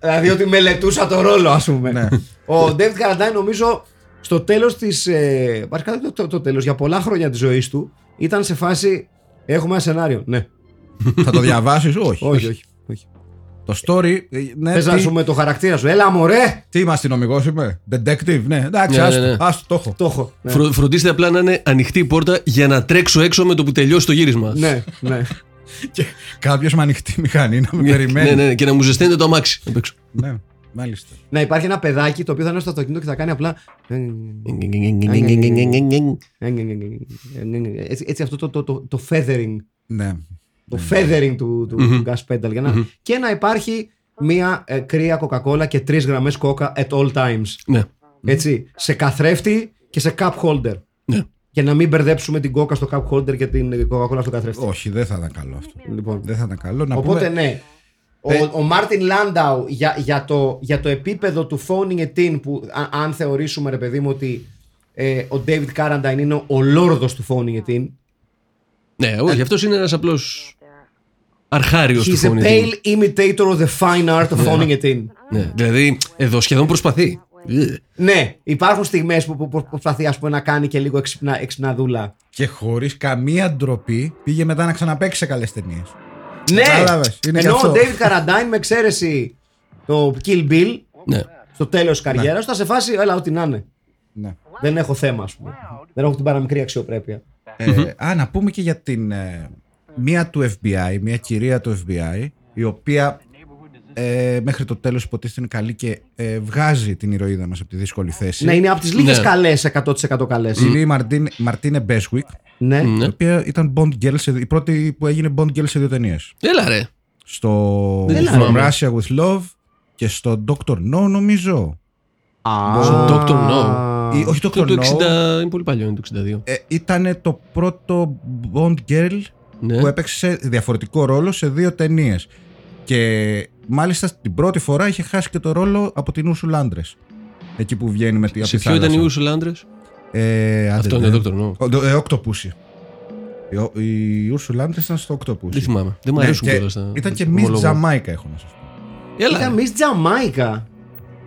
C: δηλαδή ότι μελετούσα το ρόλο ας πούμε.
D: Ναι.
C: Ο David Carradine νομίζω στο τέλος της... Ε, βασικά δεν το, το, το τέλος, για πολλά χρόνια της ζωής του ήταν σε φάση έχουμε ένα σενάριο. Ναι,
D: αυτό. Θα το διαβάσεις, όχι.
C: όχι, όχι. όχι.
D: Το story. ε, Ναι,
C: Θες να
D: τι,
C: σου με το χαρακτήρα σου. Έλα μωρέ!
D: τι είμαι αστυνομικός, είμαι. Detective, ναι. Εντάξει,
E: Ναι,
D: άστο,
E: ναι, ναι.
D: άστο, το έχω.
C: Το έχω. Ναι,
E: Φρο, φροντίστε απλά να είναι ανοιχτή η πόρτα για να τρέξω έξω με το που τελειώσει το γύρισμα.
C: ναι. ναι.
D: Κάποιος με ανοιχτή μηχανή να με περιμένει.
E: ναι, ναι, ναι, και να μου ζεσταίνεται το αμάξι. απ' έξω.
D: ναι. Μάλιστα.
C: να υπάρχει ένα παιδάκι το οποίο θα είναι στο αυτοκίνητο και θα κάνει απλά...
E: Ναι.
C: Έτσι, έτσι αυτό το, το, το, το feathering.
D: Ναι.
C: Το feathering του, του, του gas pedal. Για να, Και να υπάρχει μία ε, κρύα Coca-Cola και τρεις γραμμές κόκα at all times.
E: Ναι.
C: Έτσι. Σε καθρέφτη και σε cup holder.
E: Ναι.
C: Για να μην μπερδέψουμε την κόκα στο cup holder και την κοκακόλα στο καθρέφτη.
D: Όχι, δεν θα ήταν καλό αυτό.
C: Λοιπόν.
D: Δεν θα ήταν καλό. Να
C: Οπότε
D: πούμε...
C: ναι.
D: Τε-
C: Ο, ο Μάρτιν Λάνταου για, για, το, για το επίπεδο του phoning a tin που α- αν θεωρήσουμε ρε παιδί μου ότι ε, ο David Carradine είναι ο λόρδος του phoning a tin
E: Ναι, όχι, αυτός είναι ένας απλός αρχάριος του
C: Ε, He's a
E: φωνητή.
C: pale imitator of the fine art of phoning a tin
E: Ναι, δηλαδή, εδώ σχεδόν προσπαθεί. Ε,
C: Ναι, υπάρχουν στιγμές που, που, που προσπαθεί ας πούμε, να κάνει και λίγο εξυπνα, εξυπναδούλα
D: Και χωρίς καμία ντροπή πήγε μετά να ξαναπέξει σε καλές ταινίες.
C: Ναι,
D: Κατάλαβες, είναι
C: ενώ
D: γι'
C: ο
D: αυτό.
C: David Carradine με εξαίρεση το Kill Bill
E: Ναι.
C: στο τέλος της καριέρας θα σε φάση έλα ό,τι να είναι.
D: Ναι.
C: Δεν έχω θέμα, ας πούμε. Δεν έχω την παραμικρή αξιοπρέπεια.
D: Ε, α, να πούμε και για την ε, μία του FBI, μία κυρία του FBI, η οποία ε, μέχρι το τέλος υποτίθεται είναι καλή και ε, βγάζει την ηρωίδα μας από τη δύσκολη θέση.
C: Ναι, είναι από τις λίγες
E: Ναι.
C: καλές 100% καλέ.
D: Είναι η Μαρτίν, Μαρτίνε Μπέσουικ,
C: Ναι.
D: η οποία ήταν Bond Girl, σε, η πρώτη που έγινε Bond Girl σε δύο ταινίες.
E: Έλα ρε.
D: Στο
E: Δεν
C: την
D: From
E: θυμάμαι.
D: Russia With Love και στο Doctor No νομίζω.
C: Α,
E: Dr. No.
D: Ή, όχι Doctor
E: Το του
D: No,
E: 60, είναι πολύ παλιό, είναι το 62.
D: ε, ήταν το πρώτο Bond Girl
E: Ναι.
D: που έπαιξε σε διαφορετικό ρόλο σε δύο ταινίες. Και μάλιστα την πρώτη φορά είχε χάσει και το ρόλο από την Ούρσου Λάντρες. Εκεί που βγαίνει με την
E: Σε ποιο ήταν η Ursula Andress?
D: Ε,
E: Αυτό
C: ναι.
E: είναι το Dr. No.
D: Ε, Οκτωπούση. Η, ο- η Ούρσου Λάντρες ήταν στο Οκτωπούση.
E: Δεν θυμάμαι. Δεν
C: Ναι,
E: μου αρέσουν ε, κιόλας τα.
D: Ήταν και
E: τα
D: Miss
E: ομολόγω.
D: Τζαμάικα, έχω να σας πω.
E: Έλα.
C: Ήταν
E: ρε.
C: Miss Jamaica.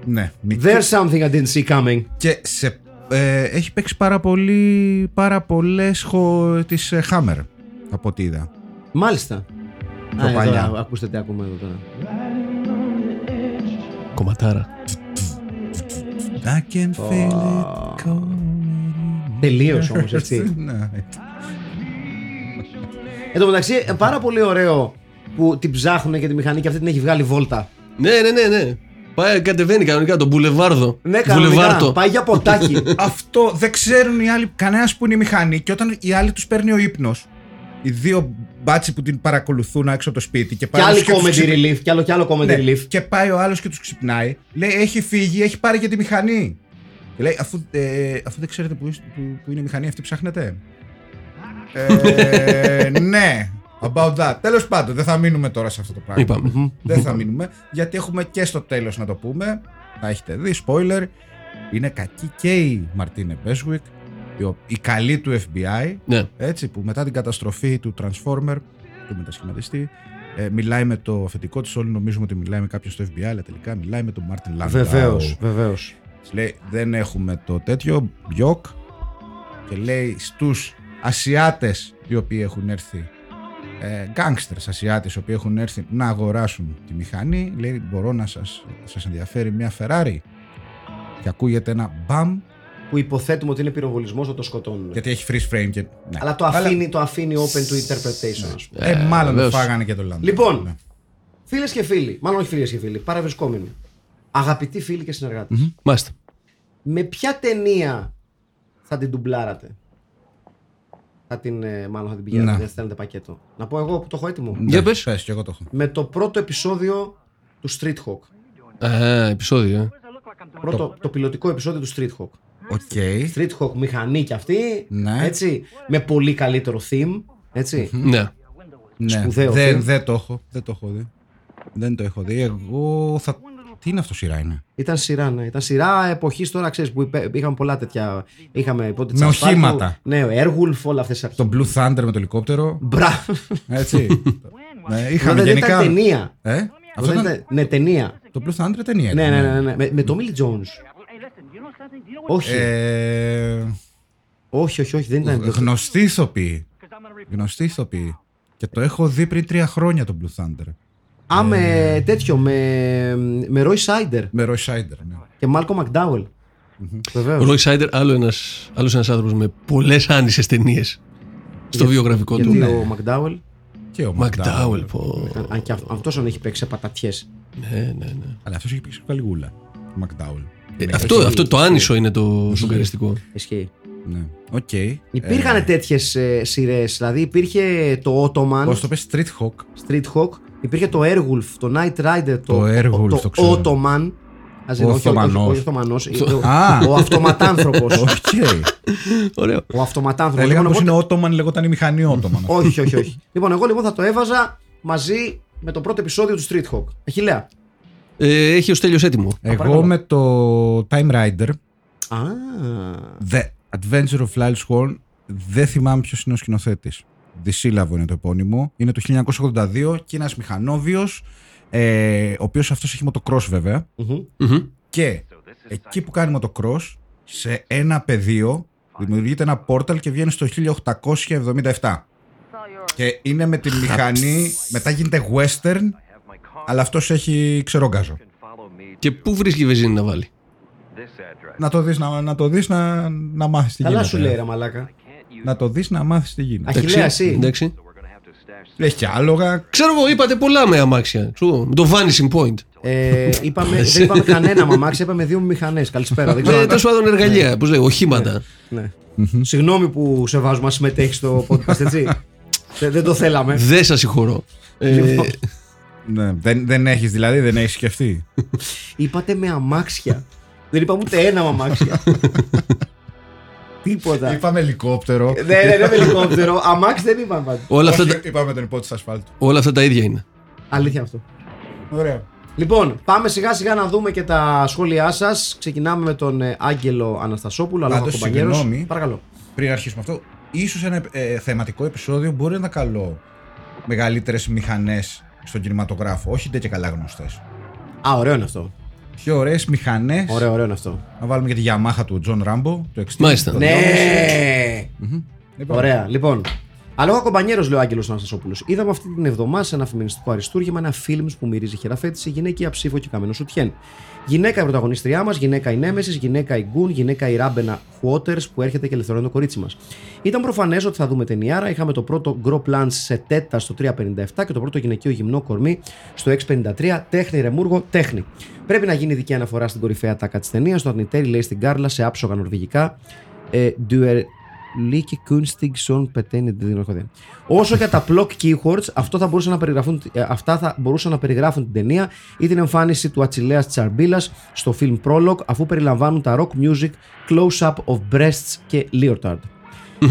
D: Ναι, μικρή.
C: There's something I didn't see coming.
D: Και σε, ε, έχει παίξει πάρα, πολύ, πάρα πολλές χο... τη Χάμερ. ε, Από ό,τι είδα.
C: Μάλιστα.
D: Πιο παλιά.
C: Εδώ, ακούστε τι ακούμε εδώ τώρα.
E: Κομματάρα.
D: I can feel it coming.
C: Τελείω όμως, έτσι.
D: Ναι.
C: Εν τω μεταξύ, ε, πάρα πολύ ωραίο που την ψάχνουν για τη μηχανή και αυτή την έχει βγάλει βόλτα.
E: Ναι, ναι, ναι, ναι. Πάει, κατεβαίνει κανονικά τον μπουλεβάρδο.
C: Ναι, κανονικά. Πάει για ποτάκι.
D: Αυτό δεν ξέρουν οι άλλοι, κανένας που είναι η μηχανή και όταν οι άλλοι τους παίρνει ο ύπνος. Οι δύο μπάτσι που την παρακολουθούν έξω από το σπίτι και
C: κι
D: πάει ο
C: άλλο
D: άλλος και τους
C: comedy
D: ξυπνάει.
C: relief. Κι άλλο, κι άλλο comedy
D: Ναι,
C: relief.
D: Και πάει ο άλλος και τους ξυπνάει. Λέει: Έχει φύγει, έχει πάρει και τη μηχανή. Και λέει: Αφού, ε, αφού δεν ξέρετε που, είσ- που, που είναι η μηχανή αυτή, ψάχνετε. ε, ναι, about that. Τέλος πάντων, δεν θα μείνουμε τώρα σε αυτό το πράγμα.
E: Είπαμε.
D: Δεν θα μείνουμε, γιατί έχουμε και στο τέλος να το πούμε. Θα έχετε δει, spoiler. Είναι κακή και η Μαρτίνε Μπέσουικ, η, ο- η καλή του FBI,
E: Ναι.
D: έτσι, που μετά την καταστροφή του Transformer, του μετασχηματιστή, ε, μιλάει με το αφεντικό της. Όλοι νομίζουμε ότι μιλάει με κάποιον στο FBI, αλλά τελικά μιλάει με τον Μάρτιν Λάντ.
C: Βεβαίως, βεβαίως.
D: Λέει, δεν έχουμε το τέτοιο, μπιόκ. Και λέει στους Ασιάτες οι οποίοι έχουν έρθει, ε, γκάγκστερς Ασιάτες οι οποίοι έχουν έρθει να αγοράσουν τη μηχανή, λέει μπορώ να σας, σας ενδιαφέρει μια Ferrari. Και ακούγεται ένα μπαμ,
C: Που υποθέτουμε ότι είναι πυροβολισμός όταν το σκοτώνουν.
D: γιατί έχει freeze frame και... ναι.
C: Αλλά το αφήνει, το αφήνει open to interpretation, ας πούμε.
D: Ε, μάλλον το
E: βεβαίως.
D: φάγανε και το Λάντο.
C: Λοιπόν.
D: Ναι.
C: Φίλες και φίλοι, μάλλον όχι φίλες και φίλοι, παραβρισκόμενοι. Αγαπητοί φίλοι και συνεργάτες,
E: Μάλιστα.
C: με ποια ταινία θα την ντουμπλάρατε. Θα την, ε, μάλλον θα την πηγαίνετε,
D: Να.
C: δεν θα θέλετε πακέτο. Να πω εγώ που το έχω έτοιμο.
E: Για
D: Ναι,
E: πες.
D: Πες, και εγώ το έχω.
C: Με το πρώτο επεισόδιο του Street Hawk.
E: Α, επεισόδιο. ε.
C: Πρώτο, το... πιλωτικό επεισόδιο του Street Hawk.
D: Οκ.
C: Street Hawk μηχανή κι αυτή.
D: Ναι.
C: Έτσι, με πολύ καλύτερο theme. Έτσι.
E: Ναι.
D: Ναι.
C: Σπουδαίο
D: Δεν
C: φιλμ.
D: δεν το έχω, δεν το έχω δει. Δεν το έχω δει. Εγώ θα... Τι είναι αυτό σειρά είναι.
C: Ήταν σειρά, ναι. Ήταν σειρά εποχής τώρα, ξέρεις, που υπέ- είχαμε πολλά τέτοια. Είχαμε πότε
D: Με
C: Τσασπάρκου,
D: οχήματα.
C: Ναι, ο Airwolf, όλα αυτές τις
D: Το Blue Thunder με το ελικόπτερο.
C: Μπράβο.
D: Έτσι. ναι,
C: Αυτό
D: είχαμε
C: δεν
D: γενικά.
C: ήταν ταινία.
D: Ε,
C: Αυτό
D: αυτό ήταν... Ε,
C: ήταν- Ναι, ταινία.
D: Το Blue Thunder ταινία.
C: Ναι,
D: ήταν,
C: ναι, ναι. ναι. Με, με το Millie Jones. Όχι,
D: Ε,
C: όχι, όχι, όχι, δεν ήταν.
D: γνωστή ηθοποιή. Γνωστή ηθοποιή. Και το έχω δει πριν τρία χρόνια το Blue Thunder.
C: Α,
D: ε,
C: με τέτοιο, με, με Roy Sider
D: Με Roy Scheider. Ναι.
C: και Malcolm McDowell.
E: Ο
C: Βεβαίω.
E: Ρόι Σάιντερ, άλλο ένας άλλος ένας άνθρωπος με πολλές άνισε ταινίες στο βιογραφικό του.
C: Γιατί
E: Ναι.
C: ο McDowell,
D: Και ο
E: Μακδάουελ,
D: McDowell.
E: πω.
C: αν- αν και αυτό αν έχει παίξει σε πατατιές.
E: Ναι, ναι, ναι.
D: Αλλά αυτός έχει παίξει καλγούλα. Ο McDowell.
E: Ε,
C: ναι,
E: Αυτό, αυτό το άνισο είναι το σοκαριστικό.
C: Ισχύει.
D: Ναι. Οκ. Ε,
C: Υπήρχαν
D: ναι.
C: τέτοιες τέτοιε σειρές. Δηλαδή υπήρχε το Ottoman.
D: Πώς το πες, Street Hawk.
C: Street Hawk. Υπήρχε το Airwolf, το Night Rider, το,
D: Το Airwolf, το ξέρω.
C: Ottoman. Ας είναι,
D: Ο
C: όχι- όχι-
D: Οθωμανός.
C: όχι Οθωμανός, το-
D: Α.
C: Ο αυτοματάνθρωπος.
D: Οκ.
E: Ωραίο.
C: ο
D: Θα
C: αυτοματάνθρωπος.
D: έλεγα
C: Λοιπόν,
D: πως είναι
C: οπότε-
D: Ottoman, λεγόταν η μηχανή Ottoman.
C: Όχι, όχι, όχι. λοιπόν, εγώ λοιπόν θα το έβαζα μαζί με το πρώτο επεισόδιο του Street Hawk. Αχιλέα.
E: Ε, έχει ο τέλειος έτοιμο.
D: Εγώ
C: παρακαλώ.
D: με το Time Rider,
C: Α,
D: The Adventure of Lyle Swan, δεν θυμάμαι ποιος είναι ο σκηνοθέτης. Δυσύλλαβο είναι το επώνυμο. Είναι το 1982 και ένας μηχανόβιος, ε, ο οποίος αυτός έχει motocross βέβαια.
C: μμμ.
E: Μμμ.
D: Και εκεί που κάνει motocross, σε ένα πεδίο δημιουργείται ένα πόρταλ και βγαίνει στο 1877. Και είναι με τη μηχανή, μετά γίνεται western, αλλά αυτός έχει ξερό γκάζο.
E: Και πού βρίσκει η βεζίνη να βάλει.
D: Να το δεις, να, να, το δεις, να, να μάθεις τι
C: Καλά
D: γίνεται. ε.
C: σου λέει ρε μαλάκα.
D: Να το δεις, να μάθεις τι γίνεται.
C: Αχι- Αχιλέα, εσύ.
E: εντάξει.
D: Έχει και άλογα.
E: Ξέρω εγώ, είπατε πολλά με αμάξια. Σου, το vanishing point.
C: Ε, είπαμε, δεν είπαμε κανένα μαμάξι, είπαμε δύο μηχανές.
D: Ε,
C: Καλησπέρα. δεν ξέρω
E: Με
C: αν-
E: τέλος Ε, πάντων εργαλεία, πώς λέει, οχήματα.
C: Ναι. Συγγνώμη που σε βάζουμε να συμμετέχεις στο podcast, έτσι. δεν, δεν το θέλαμε.
E: Δεν σας συγχωρώ. Ε,
C: Λοιπόν.
D: Ναι, δεν, δεν έχεις δηλαδή, δεν έχεις σκεφτεί.
C: Είπατε με αμάξια. δεν είπαμε ούτε ένα με αμάξια. Τίποτα. Ναι,
D: Είπαμε ελικόπτερο.
C: Δεν είναι δεν είναι ελικόπτερο. Αμάξι δεν είπαμε πάντα.
E: όλα, αυτά,
D: Όχι,
E: τα-
D: Είπαμε τον υπότη ασφάλτου.
E: όλα αυτά τα ίδια είναι.
C: Αλήθεια αυτό.
D: Ωραία.
C: Λοιπόν, πάμε σιγά σιγά να δούμε και τα σχόλιά σας. Ξεκινάμε με τον ε, Άγγελο Αναστασόπουλο, αλλά ο
D: Πάντως,
C: κομπανιέρος.
D: συγγνώμη.
C: Παρακαλώ.
D: Πριν αρχίσουμε αυτό, ίσως ένα ε, θεματικό επεισόδιο μπορεί να καλό μεγαλύτερες μηχανές στον κινηματογράφο. Όχι ντε και καλά γνωστές.
C: Α, ωραίο είναι αυτό.
D: Πιο ωραίες μηχανές.
C: Ωραίο, ωραίο είναι αυτό.
D: Να βάλουμε και τη Yamaha του John Rambo. Το Ναι. 60,
E: Μάλιστα.
D: το
C: Ναι!
D: Λοιπόν,
C: Ωραία, λοιπόν. Αλλά εγώ κομπανιέρος, λέει ο Άγγελος Αναστασόπουλος. Είδαμε αυτή την εβδομάδα σε ένα φεμινιστικό αριστούργημα ένα φιλμ που μυρίζει χεραφέτηση, γυναικεία ψήφο και καμένο σουτιέν. Γυναίκα η πρωταγωνίστριά μας, γυναίκα η νέμεσης, γυναίκα η γκουν, γυναίκα η ράμπενα Χουότερ που έρχεται και ελευθερώνει το κορίτσι μας. Ήταν προφανές ότι θα δούμε ταινιάρα. Είχαμε το πρώτο γκρο πλάν σε τέτα στο 357 και το πρώτο γυναικείο γυμνό κορμί στο 653. Τέχνη ρεμούργο, τέχνη. Πρέπει να γίνει ειδική αναφορά στην κορυφαία τάκα της ταινίας. Το αρνητέρι λέει στην κάρλα σε άψογα νορβηγικά. Ε, «Duer Λίκη Κούνστιγκσον πεταίνει την διδυνοκοδία. Όσο για τα block keywords, αυτό θα μπορούσαν να περιγραφούν, ε, αυτά θα μπορούσαν να περιγράφουν την ταινία ή την εμφάνιση του Ατσιλέας Τσαρμπίλας στο film Prologue, αφού περιλαμβάνουν τα rock music, close-up of breasts και leotard.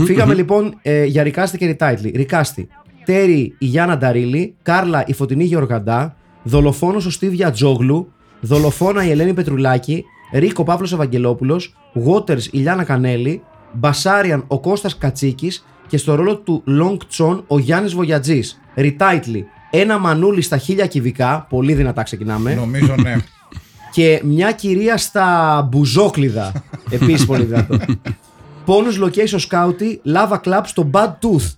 C: Φύγαμε λοιπόν ε, για Ρικάστη και Ριτάιτλι. Ρικάστη. Τέρι η Γιάννα Νταρίλη. Κάρλα η Φωτεινή Γεωργαντά. Δολοφόνος ο Στίβια Τζόγλου. Δολοφόνα η Ελένη Πετρουλάκη. Ρίκο Παύλος Ευαγγελόπουλος. Waters η Λιάνα Κανέλη. Μπασάριαν ο Κώστας Κατσίκης και στο ρόλο του Long Chon ο Γιάννης Βογιατζής. Ριτάιτλι. Ένα μανούλι στα χίλια κυβικά. Πολύ δυνατά ξεκινάμε.
D: Νομίζω ναι.
C: Και μια κυρία στα μπουζόκλιδα. Επίσης πολύ δυνατό. Πόνους location scouting, lava club στο bad tooth.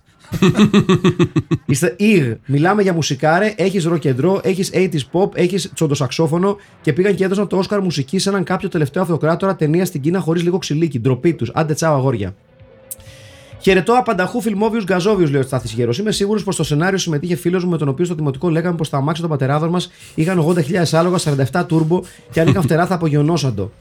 C: Είστε ηγ. Μιλάμε για μουσικάρε. Έχεις rock and roll, έχεις 80s pop, έχεις τσοντοσαξόφωνο και πήγαν και έδωσαν το Όσκαρ μουσική σε έναν κάποιο τελευταίο αυτοκράτορα ταινία στην Κίνα χωρίς λίγο ξυλίκι. Ντροπή τους. Άντε τσάω αγόρια. Χαιρετώ απανταχού φιλμόβιους Γκαζόβιους, λέει ο Στάθης Γέρο. Είμαι σίγουρος πως στο σενάριο συμμετείχε φίλος μου με τον οποίο στο δημοτικό λέγαμε πως τα αμάξια των πατεράδων μας είχαν 80.000 άλογα, 47 τούρμπο και αν είχαν φτερά θα απογειωνόσαντο.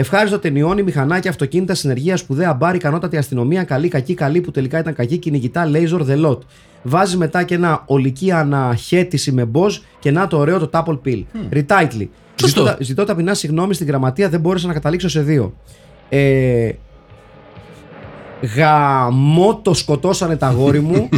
C: Ευχάριστο ταινιώνει, μηχανάκια, αυτοκίνητα, συνεργεία, σπουδαία μπαρ, ικανότατη αστυνομία, καλή, κακή, καλή που τελικά ήταν κακή, κυνηγητά, laser, the lot. Βάζει μετά και ένα ολική αναχέτηση με μποζ και να το ωραίο το Tapple Pill. Retitle.
E: Σωστό.
C: Ζητώ, ζητώ ταπεινά συγγνώμη στην γραμματεία, δεν μπόρεσα να καταλήξω σε δύο. Ε, γαμό το σκοτώσανε τα γόρι μου.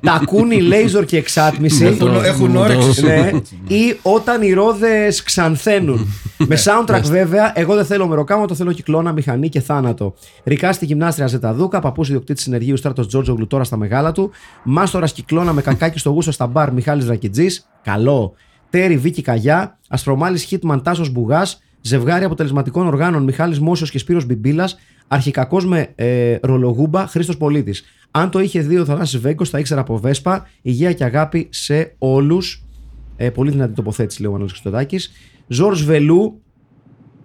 C: τα κούνι, λέιζορ και εξάτμιση.
D: Έχουν- Έχουν όρεξη.
C: Ναι. ή όταν οι ρόδες ξανθαίνουν. με soundtrack βέβαια, εγώ δεν θέλω μεροκάμα, το θέλω κυκλώνα, μηχανή και θάνατο. Ρικά στη γυμνάστρια Ζεταδούκα, παππούς ιδιοκτήτης συνεργείου στράτος Τζόρτζο Γλουτόρα στα μεγάλα του. Μάστορας κυκλώνα με κακάκι στο γούσο στα μπαρ Μιχάλης Ρακιτζής. Καλό. Τέρι Βίκη Καγιά, Ασπρομάλης Χίτμαν Τάσος Μπουγάς, ζευγάρι αποτελεσματικών οργάνων Μιχάλης Μόσιος και Σπύρος Μπιμπίλας, αρχικακός με ε, ρολογούμπα Χρήστος Πολίτης. Αν το είχε δει ο Θανάσης Βέγκος θα ήξερα από Βέσπα. Υγεία και αγάπη σε όλους. Ε, πολύ δυνατή τοποθέτηση, λέει ο Μανώλης Χρυστοδάκης. Ζορζ Βελού,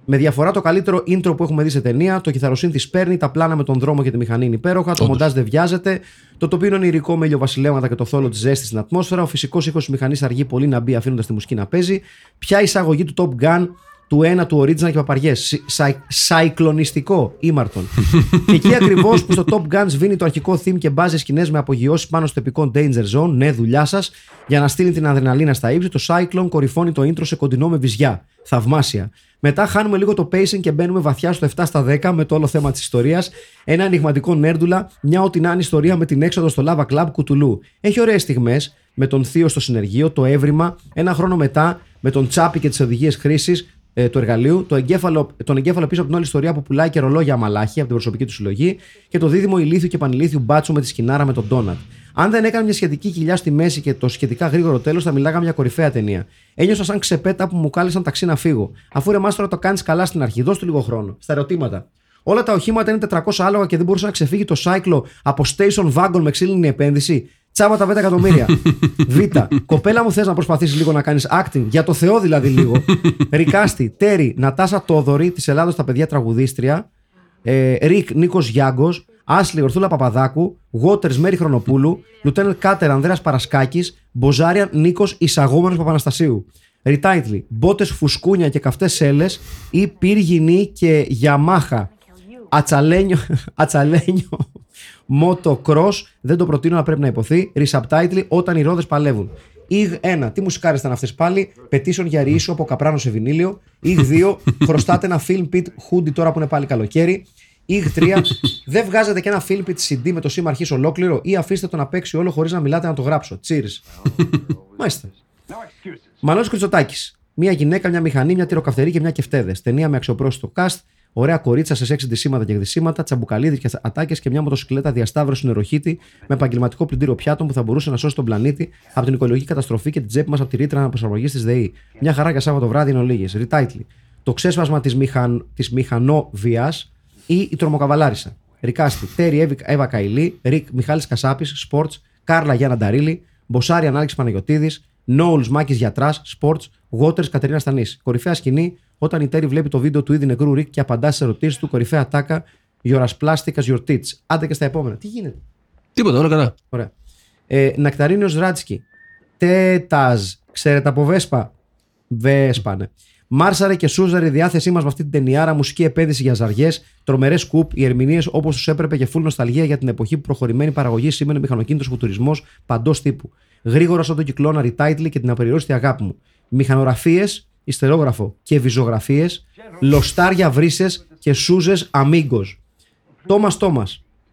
C: με διαφορά το καλύτερο intro που έχουμε δει σε ταινία. Το κιθαροσύν της παίρνει, τα πλάνα με τον δρόμο και τη μηχανή είναι υπέροχα. Το μοντάζ δεν βιάζεται. Το τοπίο είναι ηρικό με ηλιοβασιλέματα και το θόλο της ζέστη στην ατμόσφαιρα. Ο φυσικός ήχος της μηχανής αργεί πολύ να μπει αφήνοντας τη μουσική να παίζει. Ποια εισαγωγή του Top Gun του ένα του Original και παπαριές. Σαϊκλονιστικό ήμαρτον. και εκεί ακριβώς που στο Top Gun σβήνει το αρχικό theme και μπάζει σκηνές με απογειώσεις πάνω στο επικό Danger Zone, ναι, δουλειά σας, για να στείλει την αδρεναλίνα στα ύψη, το Cyclone κορυφώνει το intro σε κοντινό με βυζιά. Θαυμάσια. Μετά χάνουμε λίγο το pacing και μπαίνουμε βαθιά στο 7 στα 10 με το όλο θέμα της ιστορίας. Ένα ανοιγματικό νέρντουλα, μια ό,τι να είναι ιστορία με την έξοδο στο Lava Club Κουτουλού. Έχει ωραίες στιγμές με τον Θείο στο συνεργείο, το έβριμα. Ένα χρόνο μετά με τον Τσάπη και τις οδηγίες χρήσης ε, του εργαλείου, το εγκέφαλο, τον εγκέφαλο πίσω από την όλη ιστορία που πουλάει και ρολόγια μαλάχη από την προσωπική του συλλογή και το δίδυμο ηλίθιου και πανηλίθιου μπάτσου με τη σκηνάρα με τον Ντόνατ. Αν δεν έκανε μια σχετική κοιλιά στη μέση και το σχετικά γρήγορο τέλος, θα μιλάγαμε για κορυφαία ταινία. Ένιωσα σαν ξεπέτα που μου κάλεσαν ταξί να φύγω. Αφού ρε μάστορα το κάνεις καλά στην αρχή, δώσ' του λίγο χρόνο. Στα ερωτήματα. Όλα τα οχήματα είναι 400 άλογα και δεν μπορούσε να ξεφύγει το cyclo από station wagon με ξύλινη επένδυση. Τσάμα τα 5 εκατομμύρια. Β. Κοπέλα μου, θες να προσπαθήσεις λίγο να κάνεις acting. Για το Θεό δηλαδή λίγο. Ρικάστη, Τέρι, Νατάσα Τόδωρη, της Ελλάδος τα παιδιά τραγουδίστρια. Ε, Ρικ Νίκος Γιάγκος. Άσλι Ορθούλα Παπαδάκου. Waters Μέρι Χρονοπούλου. Λουτένελ Κάτερ Ανδρέας Παρασκάκης. Μποζάριαν Νίκος Ισαγόμενο Παπαναστασίου. Ριτάιτλι. Μπότες φουσκούνια και καυτές σέλες ή πύργινη και γιαμάχα. Ατσαλένιο, ατσαλένιο motocross. Δεν το προτείνω να πρέπει να υποθεί. Resubtitle όταν οι ρόδες παλεύουν. Ιγ 1. Τι μουσικάρε ήταν αυτές πάλι. Πετήσεων για ρίσο από καπράνο σε βινίλιο. Ιγ 2. Χρωστάτε ένα film pit hoodie τώρα που είναι πάλι καλοκαίρι. Ιγ 3. Δεν βγάζετε και ένα film pit CD με το σήμα αρχής ολόκληρο ή αφήστε το να παίξει όλο χωρίς να μιλάτε να το γράψω. Cheers. Μάλιστα. Μανώλης Κρυτσοτάκη. Μια γυναίκα, μια μηχανή, μια τυροκαυτερή και μια κεφτέδες. Ταινία με αξιοπρόσιτο cast. Ωραία κορίτσα σε σεξ ντυσίματα και γδυσίματα, τσαμπουκαλίδες και ατάκες και μια μοτοσυκλέτα διασταύρωση νεροχύτη με επαγγελματικό πλυντήριο πιάτων που θα μπορούσε να σώσει τον πλανήτη από την οικολογική καταστροφή και την τσέπη μας από τη ρήτρα αναπροσαρμογής της ΔΕΗ. Μια χαρά για Σάββατο βράδυ είναι ολίγε. Ριτάιτλι. Το ξέσπασμα της μηχαν... της μηχανόβια ή η τρομοκαβαλάρισα. Ρικάστη, Τέρι Εύη- Εύα Καηλή, Ρικ Μιχάλης Κασάπης, Σπορτς, Κάρλα Γιάννα Νταρίλη, Μποσάρη Ανάληξη Παναγιοτήδης, Νόουλ Μάκης Γιατράς, Σπορτ, Waters Κατερίνα Στανής. Κορυφαία σκηνή όταν η Τέρι βλέπει το βίντεο του ήδη νεκρού Ρικ και απαντά σε ερωτήσεις του. Κορυφαία τάκα, Your Πλάστικα, Your Tits. Άντε και στα επόμενα. Τι γίνεται.
E: Τίποτα, όλα καλά.
C: Ωραία. Ε, Νακταρίνιο Ράτσκι. Τέταζ. Ξέρετε από Βέσπα. Βέσπα, ναι. Μάρσαρε και σούζαρε η διάθεσή μας με αυτή την ταινιάρα, μουσική επένδυση για ζαριές, τρομερές κουπ, οι ερμηνείες όπως τους έπρεπε και φουλ νοσταλγία για την εποχή που προχωρημένη παραγωγή σήμαινε μηχανοκίνητος φουτουρισμός παντός τύπου. Γρήγορα σαν τον κυκλώνα ριτάιτλι και την απεριόριστη αγάπη μου. Μηχανογραφίες, ιστερόγραφο και βυζογραφίες, λοστάρια βρύσες και σούζες αμίγκος. Τόμας Τόμας.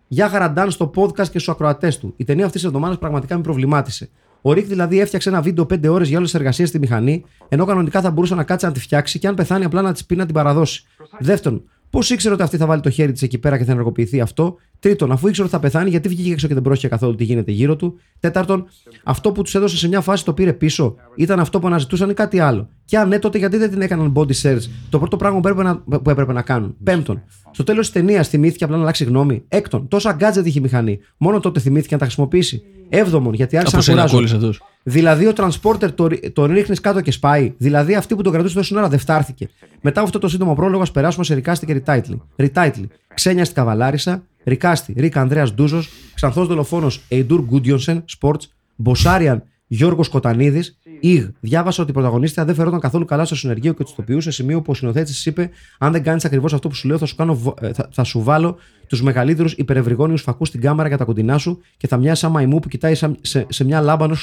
C: Για χαραντάν στο podcast και στους ακροατές του. Η ταινία αυτής της εβδομάδας πραγματικά με προβλημάτισε. Ο Ρικ δηλαδή έφτιαξε ένα βίντεο 5 ώρες για όλες τις εργασίες στη μηχανή, ενώ κανονικά θα μπορούσε να κάτσει να τη φτιάξει και αν πεθάνει απλά να της πει να την παραδώσει. Δεύτερον, πώς ήξερε ότι αυτή θα βάλει το χέρι της εκεί πέρα και θα ενεργοποιηθεί αυτό. Τρίτον, αφού ήξερε ότι θα πεθάνει, γιατί βγήκε έξω και δεν πρόσχε καθόλου τι γίνεται γύρω του. Τέταρτον, αυτό που τους έδωσε σε μια φάση το πήρε πίσω. Ήταν αυτό που αναζητούσαν ή κάτι άλλο. Και αν ναι, τότε γιατί δεν την έκαναν body search, το πρώτο πράγμα που έπρεπε να, που έπρεπε να κάνουν. Πέμπτον, στο τέλος της ταινίας θυμήθηκε απλά να αλλάξει γνώμη. Έκτον, τόσα gadget είχε η μηχανή. Μόνο τότε θυμήθηκε να τα χρησιμοποιήσει. Έβδομον, γιατί άρχισε
E: Από
C: να
E: σένα
C: κουράζω.
E: κόλλησε αυτός.
C: Δηλαδή ο transporter το, ρι- τον ρίχνεις κάτω και σπάει. Δηλαδή αυτή που τον κρατούσε τόση ώρα δεν φτάρθηκε. Μετά από αυτό το σύντομο πρόλογο, ας περάσουμε σε Ρικάστη και Ριτάιτλι. Ριτάιτλι. Ξένια στην Καβαλάρισα. Ρικάστη. Ρίκα Ανδρέας Ντούζος. Ξανθός δολοφόνος Εϊντούρ Γκούντιονσεν. Σπορτ. Μποσάριαν Γιώργος Κοτανίδης. Ιγ. Διάβασα ότι η πρωταγωνίστρια δεν φερόταν καθόλου καλά στο συνεργείο και του τοπιού σε σημείο που ο σκηνοθέτη είπε: Αν δεν κάνεις ακριβώς αυτό που σου λέω, θα σου, κάνω, βο- ε, θα, θα σου βάλω τους μεγαλύτερους υπερευρυγόνιους φακούς στην κάμερα για τα κοντινά σου και θα μοιάζει σαν μαϊμού που κοιτάει σαν- σε, σε μια λάμπα ενός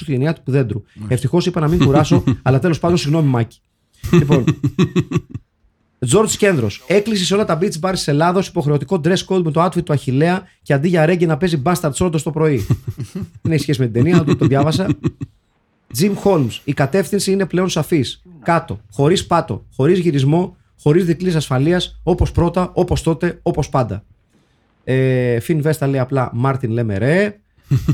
C: του δέντρου. Ευτυχώς είπα να μην κουράσω, αλλά τέλος πάντων συγγνώμη, Μάκη. λοιπόν, Τζορτ Κέντρο. Έκλεισε σε όλα τα beach bars της Ελλάδος υποχρεωτικό dress code με το outfit του Αχηλέα και αντί για ρέγγι να παίζει bastard shorts το πρωί. Δεν έχει σχέση με την ταινία, αλλά το, το διάβασα. Jim Holmes. Η κατεύθυνση είναι πλέον σαφής. Κάτω. Χωρίς πάτο. Χωρίς γυρισμό. Χωρίς δικλείδε ασφαλείας. Όπως πρώτα, όπως τότε, όπως πάντα. Ε, Φιν Βέστα λέει απλά Μάρτιν λέμε ρε.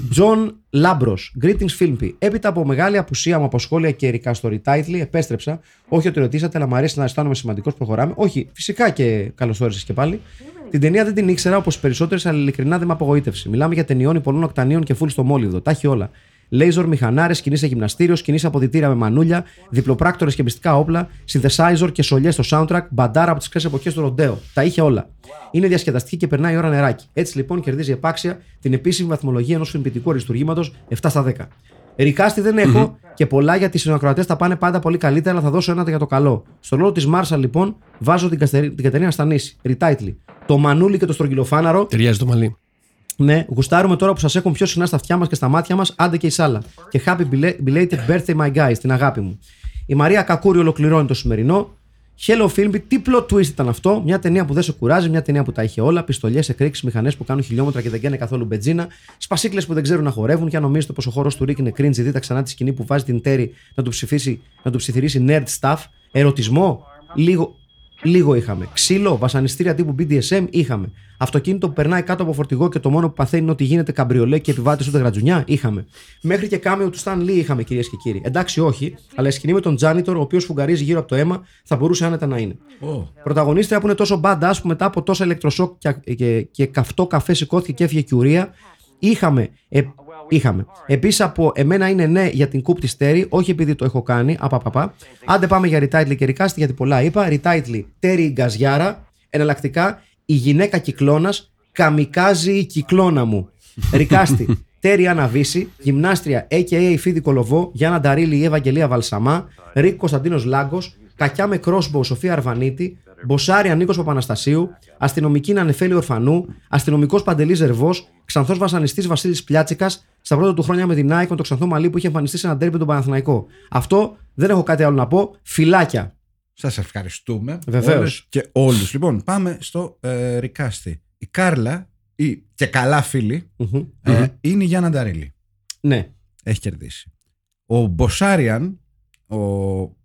C: Τζον Λάμπρος, Greetings Filmpy. Έπειτα από μεγάλη απουσία μου από σχόλια και ερικά στο retitle, επέστρεψα. Όχι ότι ρωτήσατε, αλλά μου αρέσει να αισθάνομαι σημαντικός, προχωράμε. Όχι, φυσικά και καλώ όρισε και πάλι. Την ταινία δεν την ήξερα όπως περισσότερες, αλλά ειλικρινά δεν με απογοήτευσε. Μιλάμε για ταινιών πολλών οκτανίων και φουλ στο μόλιβδο. Τα έχει όλα. Λέιζορ μηχανάρες, σκηνής σε γυμναστήριο, σκηνής σε αποδητήρια με μανούλια, διπλοπράκτορες και μυστικά όπλα, synthesizer και σολιέ στο soundtrack, μπαντάρα από τις ξένε εποχές του ροντέο. Τα είχε όλα. Είναι διασκεδαστική και περνάει η ώρα νεράκι. Έτσι λοιπόν κερδίζει επάξια την επίσημη βαθμολογία ενός φιλμπητικού αριστούργήματο 7 στα 10. Ρικάστη δεν εχω και πολλά γιατί οι συνακροατέ τα πάνε πάντα πολύ καλύτερα, αλλά θα δώσω ένα για το καλό. Στο ρόλο τη Μάρσα λοιπόν βάζω την, Καστερι... την Κατερίνα Στανίση. Ριτάιτλι. Το μανούλι και το στρογγυλοφάναρο
E: Ταιριάζει το μαλλί.
C: ναι, γουστάρουμε τώρα που σας έχουν πιο συχνά στα αυτιά μας και στα μάτια μας, άντε και η σάλα. Και happy bela- belated birthday, my guys, την αγάπη μου. Η Μαρία Κακούρη ολοκληρώνει το σημερινό. Hello Filmby, τι plot twist ήταν αυτό. Μια ταινία που δεν σε κουράζει, μια ταινία που τα είχε όλα. Πιστολιές, εκρήξεις, μηχανές που κάνουν χιλιόμετρα και δεν καίνε καθόλου μπετζίνα. Σπασίκλες που δεν ξέρουν να χορεύουν. Και αν νομίζετε πως ο χώρο του Ρίκ είναι cringe, δείτε ξανά τη σκηνή που βάζει την Τέρι να του, ψηφίσει, να του ψιθυρίσει nerd stuff. Ερωτισμό, λίγο, Λίγο είχαμε. Ξύλο, βασανιστήρια τύπου BDSM είχαμε. Αυτοκίνητο που περνάει κάτω από φορτηγό και το μόνο που παθαίνει είναι ότι γίνεται καμπριολέ και επιβάτε ούτε γρατζουνιά είχαμε. Μέχρι και κάμεο του Σταν Λί είχαμε, κυρίες και κύριοι. Εντάξει, όχι, αλλά η σκηνή με τον Τζάνιτορ, ο οποίος φουγγαρίζει γύρω από το αίμα, θα μπορούσε άνετα να είναι. Πρωταγωνίστρια που είναι τόσο μπάντα που μετά από τόσα ηλεκτροσόκ και, και, και καυτό καφέ σηκώθηκε και έφυγε κιουρία. Είχαμε, ε, είχαμε. Επίσης από εμένα είναι ναι για την κούπ τη Τέρι, όχι επειδή το έχω κάνει. Απαπαπα. Άντε πάμε για retitle και ρικάστη, γιατί πολλά είπα. Retitle Τέρι η Γκαζιάρα. Εναλλακτικά η γυναίκα κυκλώνας καμικάζει η κυκλώνα μου. Ρικάστη. Τέρι Αναβίση, γυμνάστρια AKA Φίδη Κολοβό, Γιάννα Νταρίλη η Ευαγγελία Βαλσαμά, Ρίκ Κωνσταντίνος Λάγκος, Κακιά με κρόσμπο Σοφία Αρβανίτη, Μποσάρια Νίκο Παπαναστασίου, αστυνομική Νανεφέλη Ορφανού, αστυνομικός Παντελής Ζερβός, ξανθός βασανιστής Βασίλης Πλιάτσικας, στα πρώτα του χρόνια με την Nike, με το ξανθό μαλλί που είχε εμφανιστεί σε ένα τέρμι τον Παναθηναϊκό. Αυτό δεν έχω κάτι άλλο να πω. Φυλάκια.
D: Σας ευχαριστούμε.
C: Βεβαίως.
D: όλους Και όλους. Λοιπόν, πάμε στο ε, Ρικάστη. Η Κάρλα, η και καλά φίλη,
C: Μμμ.
D: ε, είναι η Γιάννα Νταρίλη.
C: Ναι.
D: Έχει κερδίσει. Ο Μποσάριαν, ο, ο-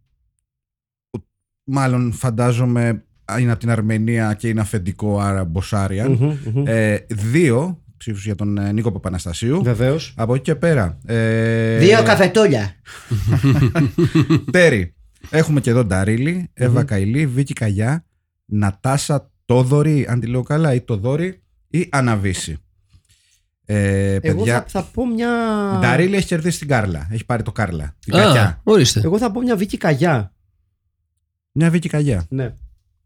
D: μάλλον φαντάζομαι είναι από την Αρμενία και είναι αφεντικό, άρα Μποσάριαν.
C: Μμμ, μμμ.
D: Ε, δύο ψήφους για τον ε, Νίκο Παπαναστασίου.
C: Βεβαίως.
D: Από εκεί και πέρα. Ε,
C: καφετούλια.
D: Τέρι. Έχουμε και εδώ Νταρίλη, Εύα Καηλή, Βίκη Καγιά, Νατάσα Τόδωρη, αν τη λέω καλά, ή Τοδόρη, ή αναβήσει. Ε,
C: Εγώ
D: παιδιά,
C: θα, θα πω μια.
D: η Νταρίλη έχει κερδίσει την Κάρλα. Έχει πάρει το Κάρλα. Την
E: Α,
D: κακιά.
E: ορίστε.
C: Εγώ θα πω μια Βίκυ Καγιά.
D: Μια Βίκη Καγιά.
C: Ναι.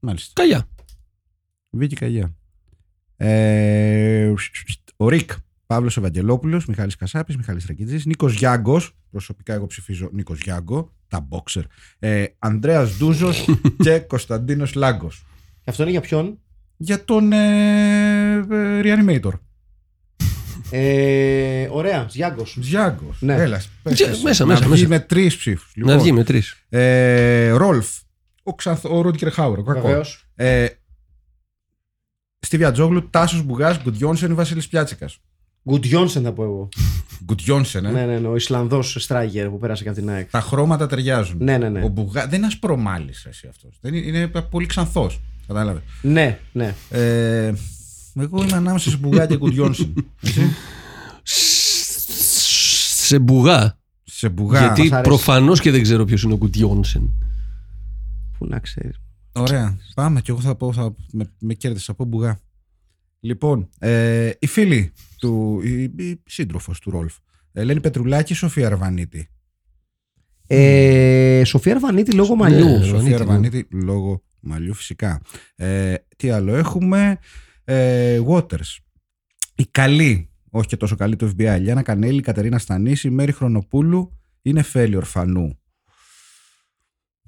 D: Μάλιστα.
E: Καλιά.
D: Βίκη Καγιά. Ε, ο Ρικ. Παύλος Ευαγγελόπουλος, Μιχάλης Κασάπης, Μιχάλης Ρακιτζή, Νίκος Γιάγκος. Προσωπικά, εγώ ψηφίζω Νίκος Γιάγκο, τα boxer. Ε, Ανδρέας Ντούζος και Κωνσταντίνος Λάγκος.
C: Και αυτό είναι για ποιον.
D: Για τον ε, ε, Reanimator.
C: Ε, ωραία, Γιάνγκο.
D: Γιάγκος.
C: Ναι.
D: Έλα. πες,
E: Τζε-
D: πες.
E: μέσα,
D: να
E: μέσα,
D: βγει
E: μέσα.
D: με τρεις ψήφους.
E: Να βγει με τρεις.
D: Ε, Ρόλφ. Ο, Ξανθ, ο Ρούντικερ Χάουερ. ο κακός.
C: Βεβαίως.
D: Ε, Στίβια Τζόγλου, Τάσος Μπουγάς, Γκουτιόνσεν, Βασίλης Πιάτσικας.
C: Γκουτιόνσεν θα πω εγώ.
D: Γκουτιόνσεν, ε.
C: Ναι, ναι, ναι. Ο Ισλανδός Στράγερ που πέρασε και από την ΑΕΚ.
D: Τα χρώματα ταιριάζουν.
C: Ναι, ναι, ναι.
D: Ο Μπουγά... Δεν είναι ασπρομάλη εσύ αυτός. Είναι, είναι πολύ ξανθός. Κατάλαβες.
C: Ναι, ναι.
D: Ε, εγώ είμαι ανάμεσα σε Μπουγά και Γκουτιόνσεν.
E: Σε μπουγά.
D: σε Μπουγά.
E: γιατί
C: μας αρέσει.
E: προφανώς και δεν ξέρω ποιος είναι ο Κουτιόνσεν.
C: Πού να ξέρεις.
D: Ωραία. Πάμε και εγώ θα πω. Θα... Με, με κέρδισε. Θα πω Μπουγά. Λοιπόν, ε, οι φίλοι του. Η, η σύντροφος του Ρόλφ. Ελένη Πετρουλάκη, Σοφία Αρβανίτη.
C: Ε, Σοφία Αρβανίτη λόγω μαλλιού.
E: Ναι,
D: Σοφία
E: Αρβανίτη, ναι.
D: Αρβανίτη λόγω μαλλιού φυσικά. Ε, τι άλλο έχουμε. Ε, Waters. Η καλή, όχι και τόσο καλή του FBI. Λιάννα Κανέλη, Κατερίνα Στανίση, Μέρη Χρονοπούλου είναι φέλη ορφανού.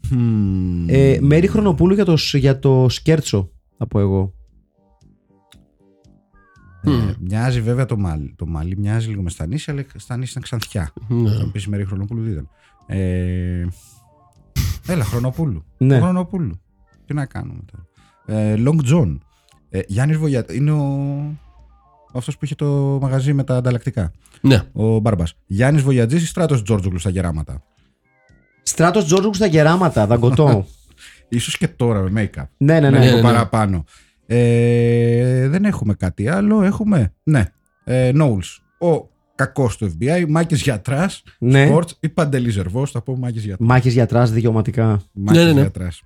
D: Μμμ.
C: Ε, Μέρη Χρονοπούλου για το, σ- για το σκέρτσο, θα πω εγώ.
D: Ε, μοιάζει βέβαια το μάλι. Το μάλι μοιάζει λίγο με Στανίση, αλλά Στανίση ήταν ξανθιά.
E: Ναι.
D: Θα πεις Μέρη Χρονοπούλου δεν ήταν. Ε, έλα, Χρονοπούλου.
C: Ναι.
D: Χρονοπούλου. Τι να κάνουμε τώρα. Ε, Long John. Ε, Γιάννης Βογιατά. Είναι ο. Αυτός που είχε το μαγαζί με τα ανταλλακτικά.
E: ναι.
D: Ο Μπάρμπας. Γιάννης Βογιατζής ή Στράτος Τζόρτζογλου στα γεράματα.
C: Στράτος Τζόρτζουκ στα γεράματα, δαγκωτό.
D: Ίσως και τώρα με make-up.
C: ναι, ναι, ναι.
D: Λίγο
E: ναι, ναι.
D: παραπάνω. Ε, δεν έχουμε κάτι άλλο. Έχουμε. Ναι. Ε, Knowles. Ο κακός του FBI. Μάκης Γιατράς.
C: Ναι.
D: Sports ή Παντελή Ζερβός. Θα πω Μάκης Γιατράς.
C: Μάχε γιατράς δικαιωματικά.
D: Μάκης
E: Ναι, ναι, ναι.
D: Γιατράς.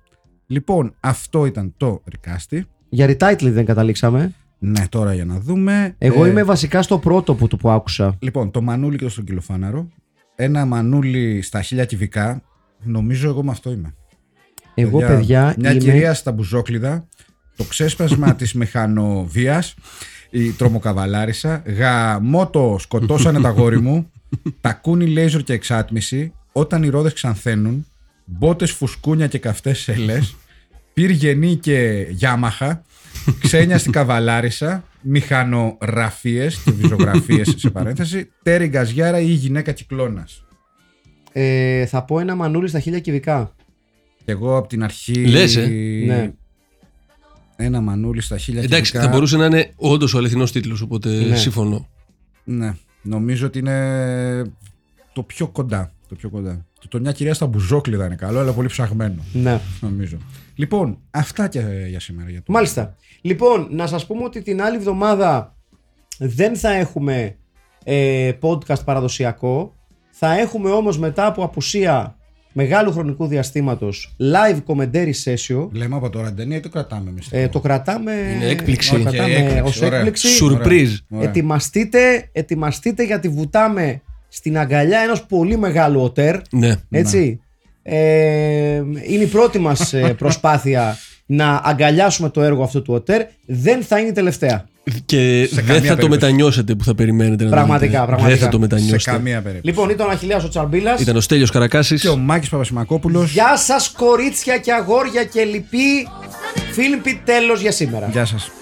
D: Λοιπόν, αυτό ήταν το ρικάστη.
C: Για retitle δεν καταλήξαμε.
D: Ναι, τώρα για να δούμε.
C: Εγώ
D: Ε,
C: είμαι βασικά στο πρώτο που, το που άκουσα.
D: Λοιπόν, το μανούλι και το στρογγυλοφάναρο. Ένα μανούλι στα χίλια κυβικά. Νομίζω εγώ με αυτό είμαι.
C: Εγώ, παιδιά,
D: Μια
C: είμαι...
D: κυρία στα μπουζόκλειδα. Το ξέσπασμα της μηχανοβίας. Η τρομοκαβαλάρισα. Γαμό το σκοτώσανε τα γόρι μου. Τα κούνη λέιζορ και εξάτμιση. Όταν οι ρόδες ξανθαίνουν. Μπότες φουσκούνια και καυτές σέλες. Πύργενή και γιάμαχα. Ξένια στην καβαλάρισα. Μηχανογραφίες και βιζογραφίε σε παρένθεση. Τέρι γκαζιάρα ή γυναίκα κυκλώνας.
C: Ε, θα πω ένα μανούλι στα χίλια κυβικά.
D: Και εγώ από την αρχή.
E: Λες, ε.
C: Ναι.
D: Ένα μανούλι στα χίλια
E: Εντάξει,
D: κυβικά.
E: θα μπορούσε να είναι όντως ο αληθινός τίτλος, οπότε
C: Ναι.
E: συμφωνώ.
D: Ναι, νομίζω ότι είναι το πιο κοντά. Το πιο κοντά. Το, το μια κυρία στα μπουζόκλειδα είναι καλό, αλλά πολύ ψαγμένο,
C: Ναι.
D: νομίζω. Λοιπόν, αυτά και για σήμερα. Για το...
C: Μάλιστα. Λοιπόν, να σας πούμε ότι την άλλη εβδομάδα δεν θα έχουμε ε, podcast παραδοσιακό. Θα έχουμε όμως μετά από απουσία μεγάλου χρονικού διαστήματος live commentary session.
D: Λέμε από τώρα την ταινία ή το κρατάμε λοιπόν? εμείς.
C: Ε, το κρατάμε,
E: Είναι έκπληξη.
C: το
E: Και
C: κρατάμε
D: έκπληξη,
C: ως
D: ε, ωραία.
C: έκπληξη.
E: Σουρπρίζ.
C: Ετοιμαστείτε, ετοιμαστείτε γιατί βουτάμε στην αγκαλιά ενός πολύ μεγάλου οτέρ.
E: Ναι.
C: Έτσι. Ε, είναι η πρώτη μας ε, προσπάθεια να αγκαλιάσουμε το έργο αυτό του ΟΤΕΡ. Δεν θα είναι η τελευταία.
E: Και δεν θα το
D: περίπτωση.
E: μετανιώσετε που θα περιμένετε να
C: Πραγματικά,
E: δείτε.
C: πραγματικά.
E: Δεν θα το
D: Σε
E: μετανιώσετε.
D: καμία περίπτωση.
C: Λοιπόν, ήταν ο Αχιλέας ο Τσαρμπίλας.
E: Ήταν ο Στέλιος Καρακάσης.
D: Και ο Μάκης Παπασημακόπουλος.
C: Γεια σας κορίτσια και αγόρια και λοιποί. Φίλιπποι τέλος για σήμερα.
D: Γεια σας.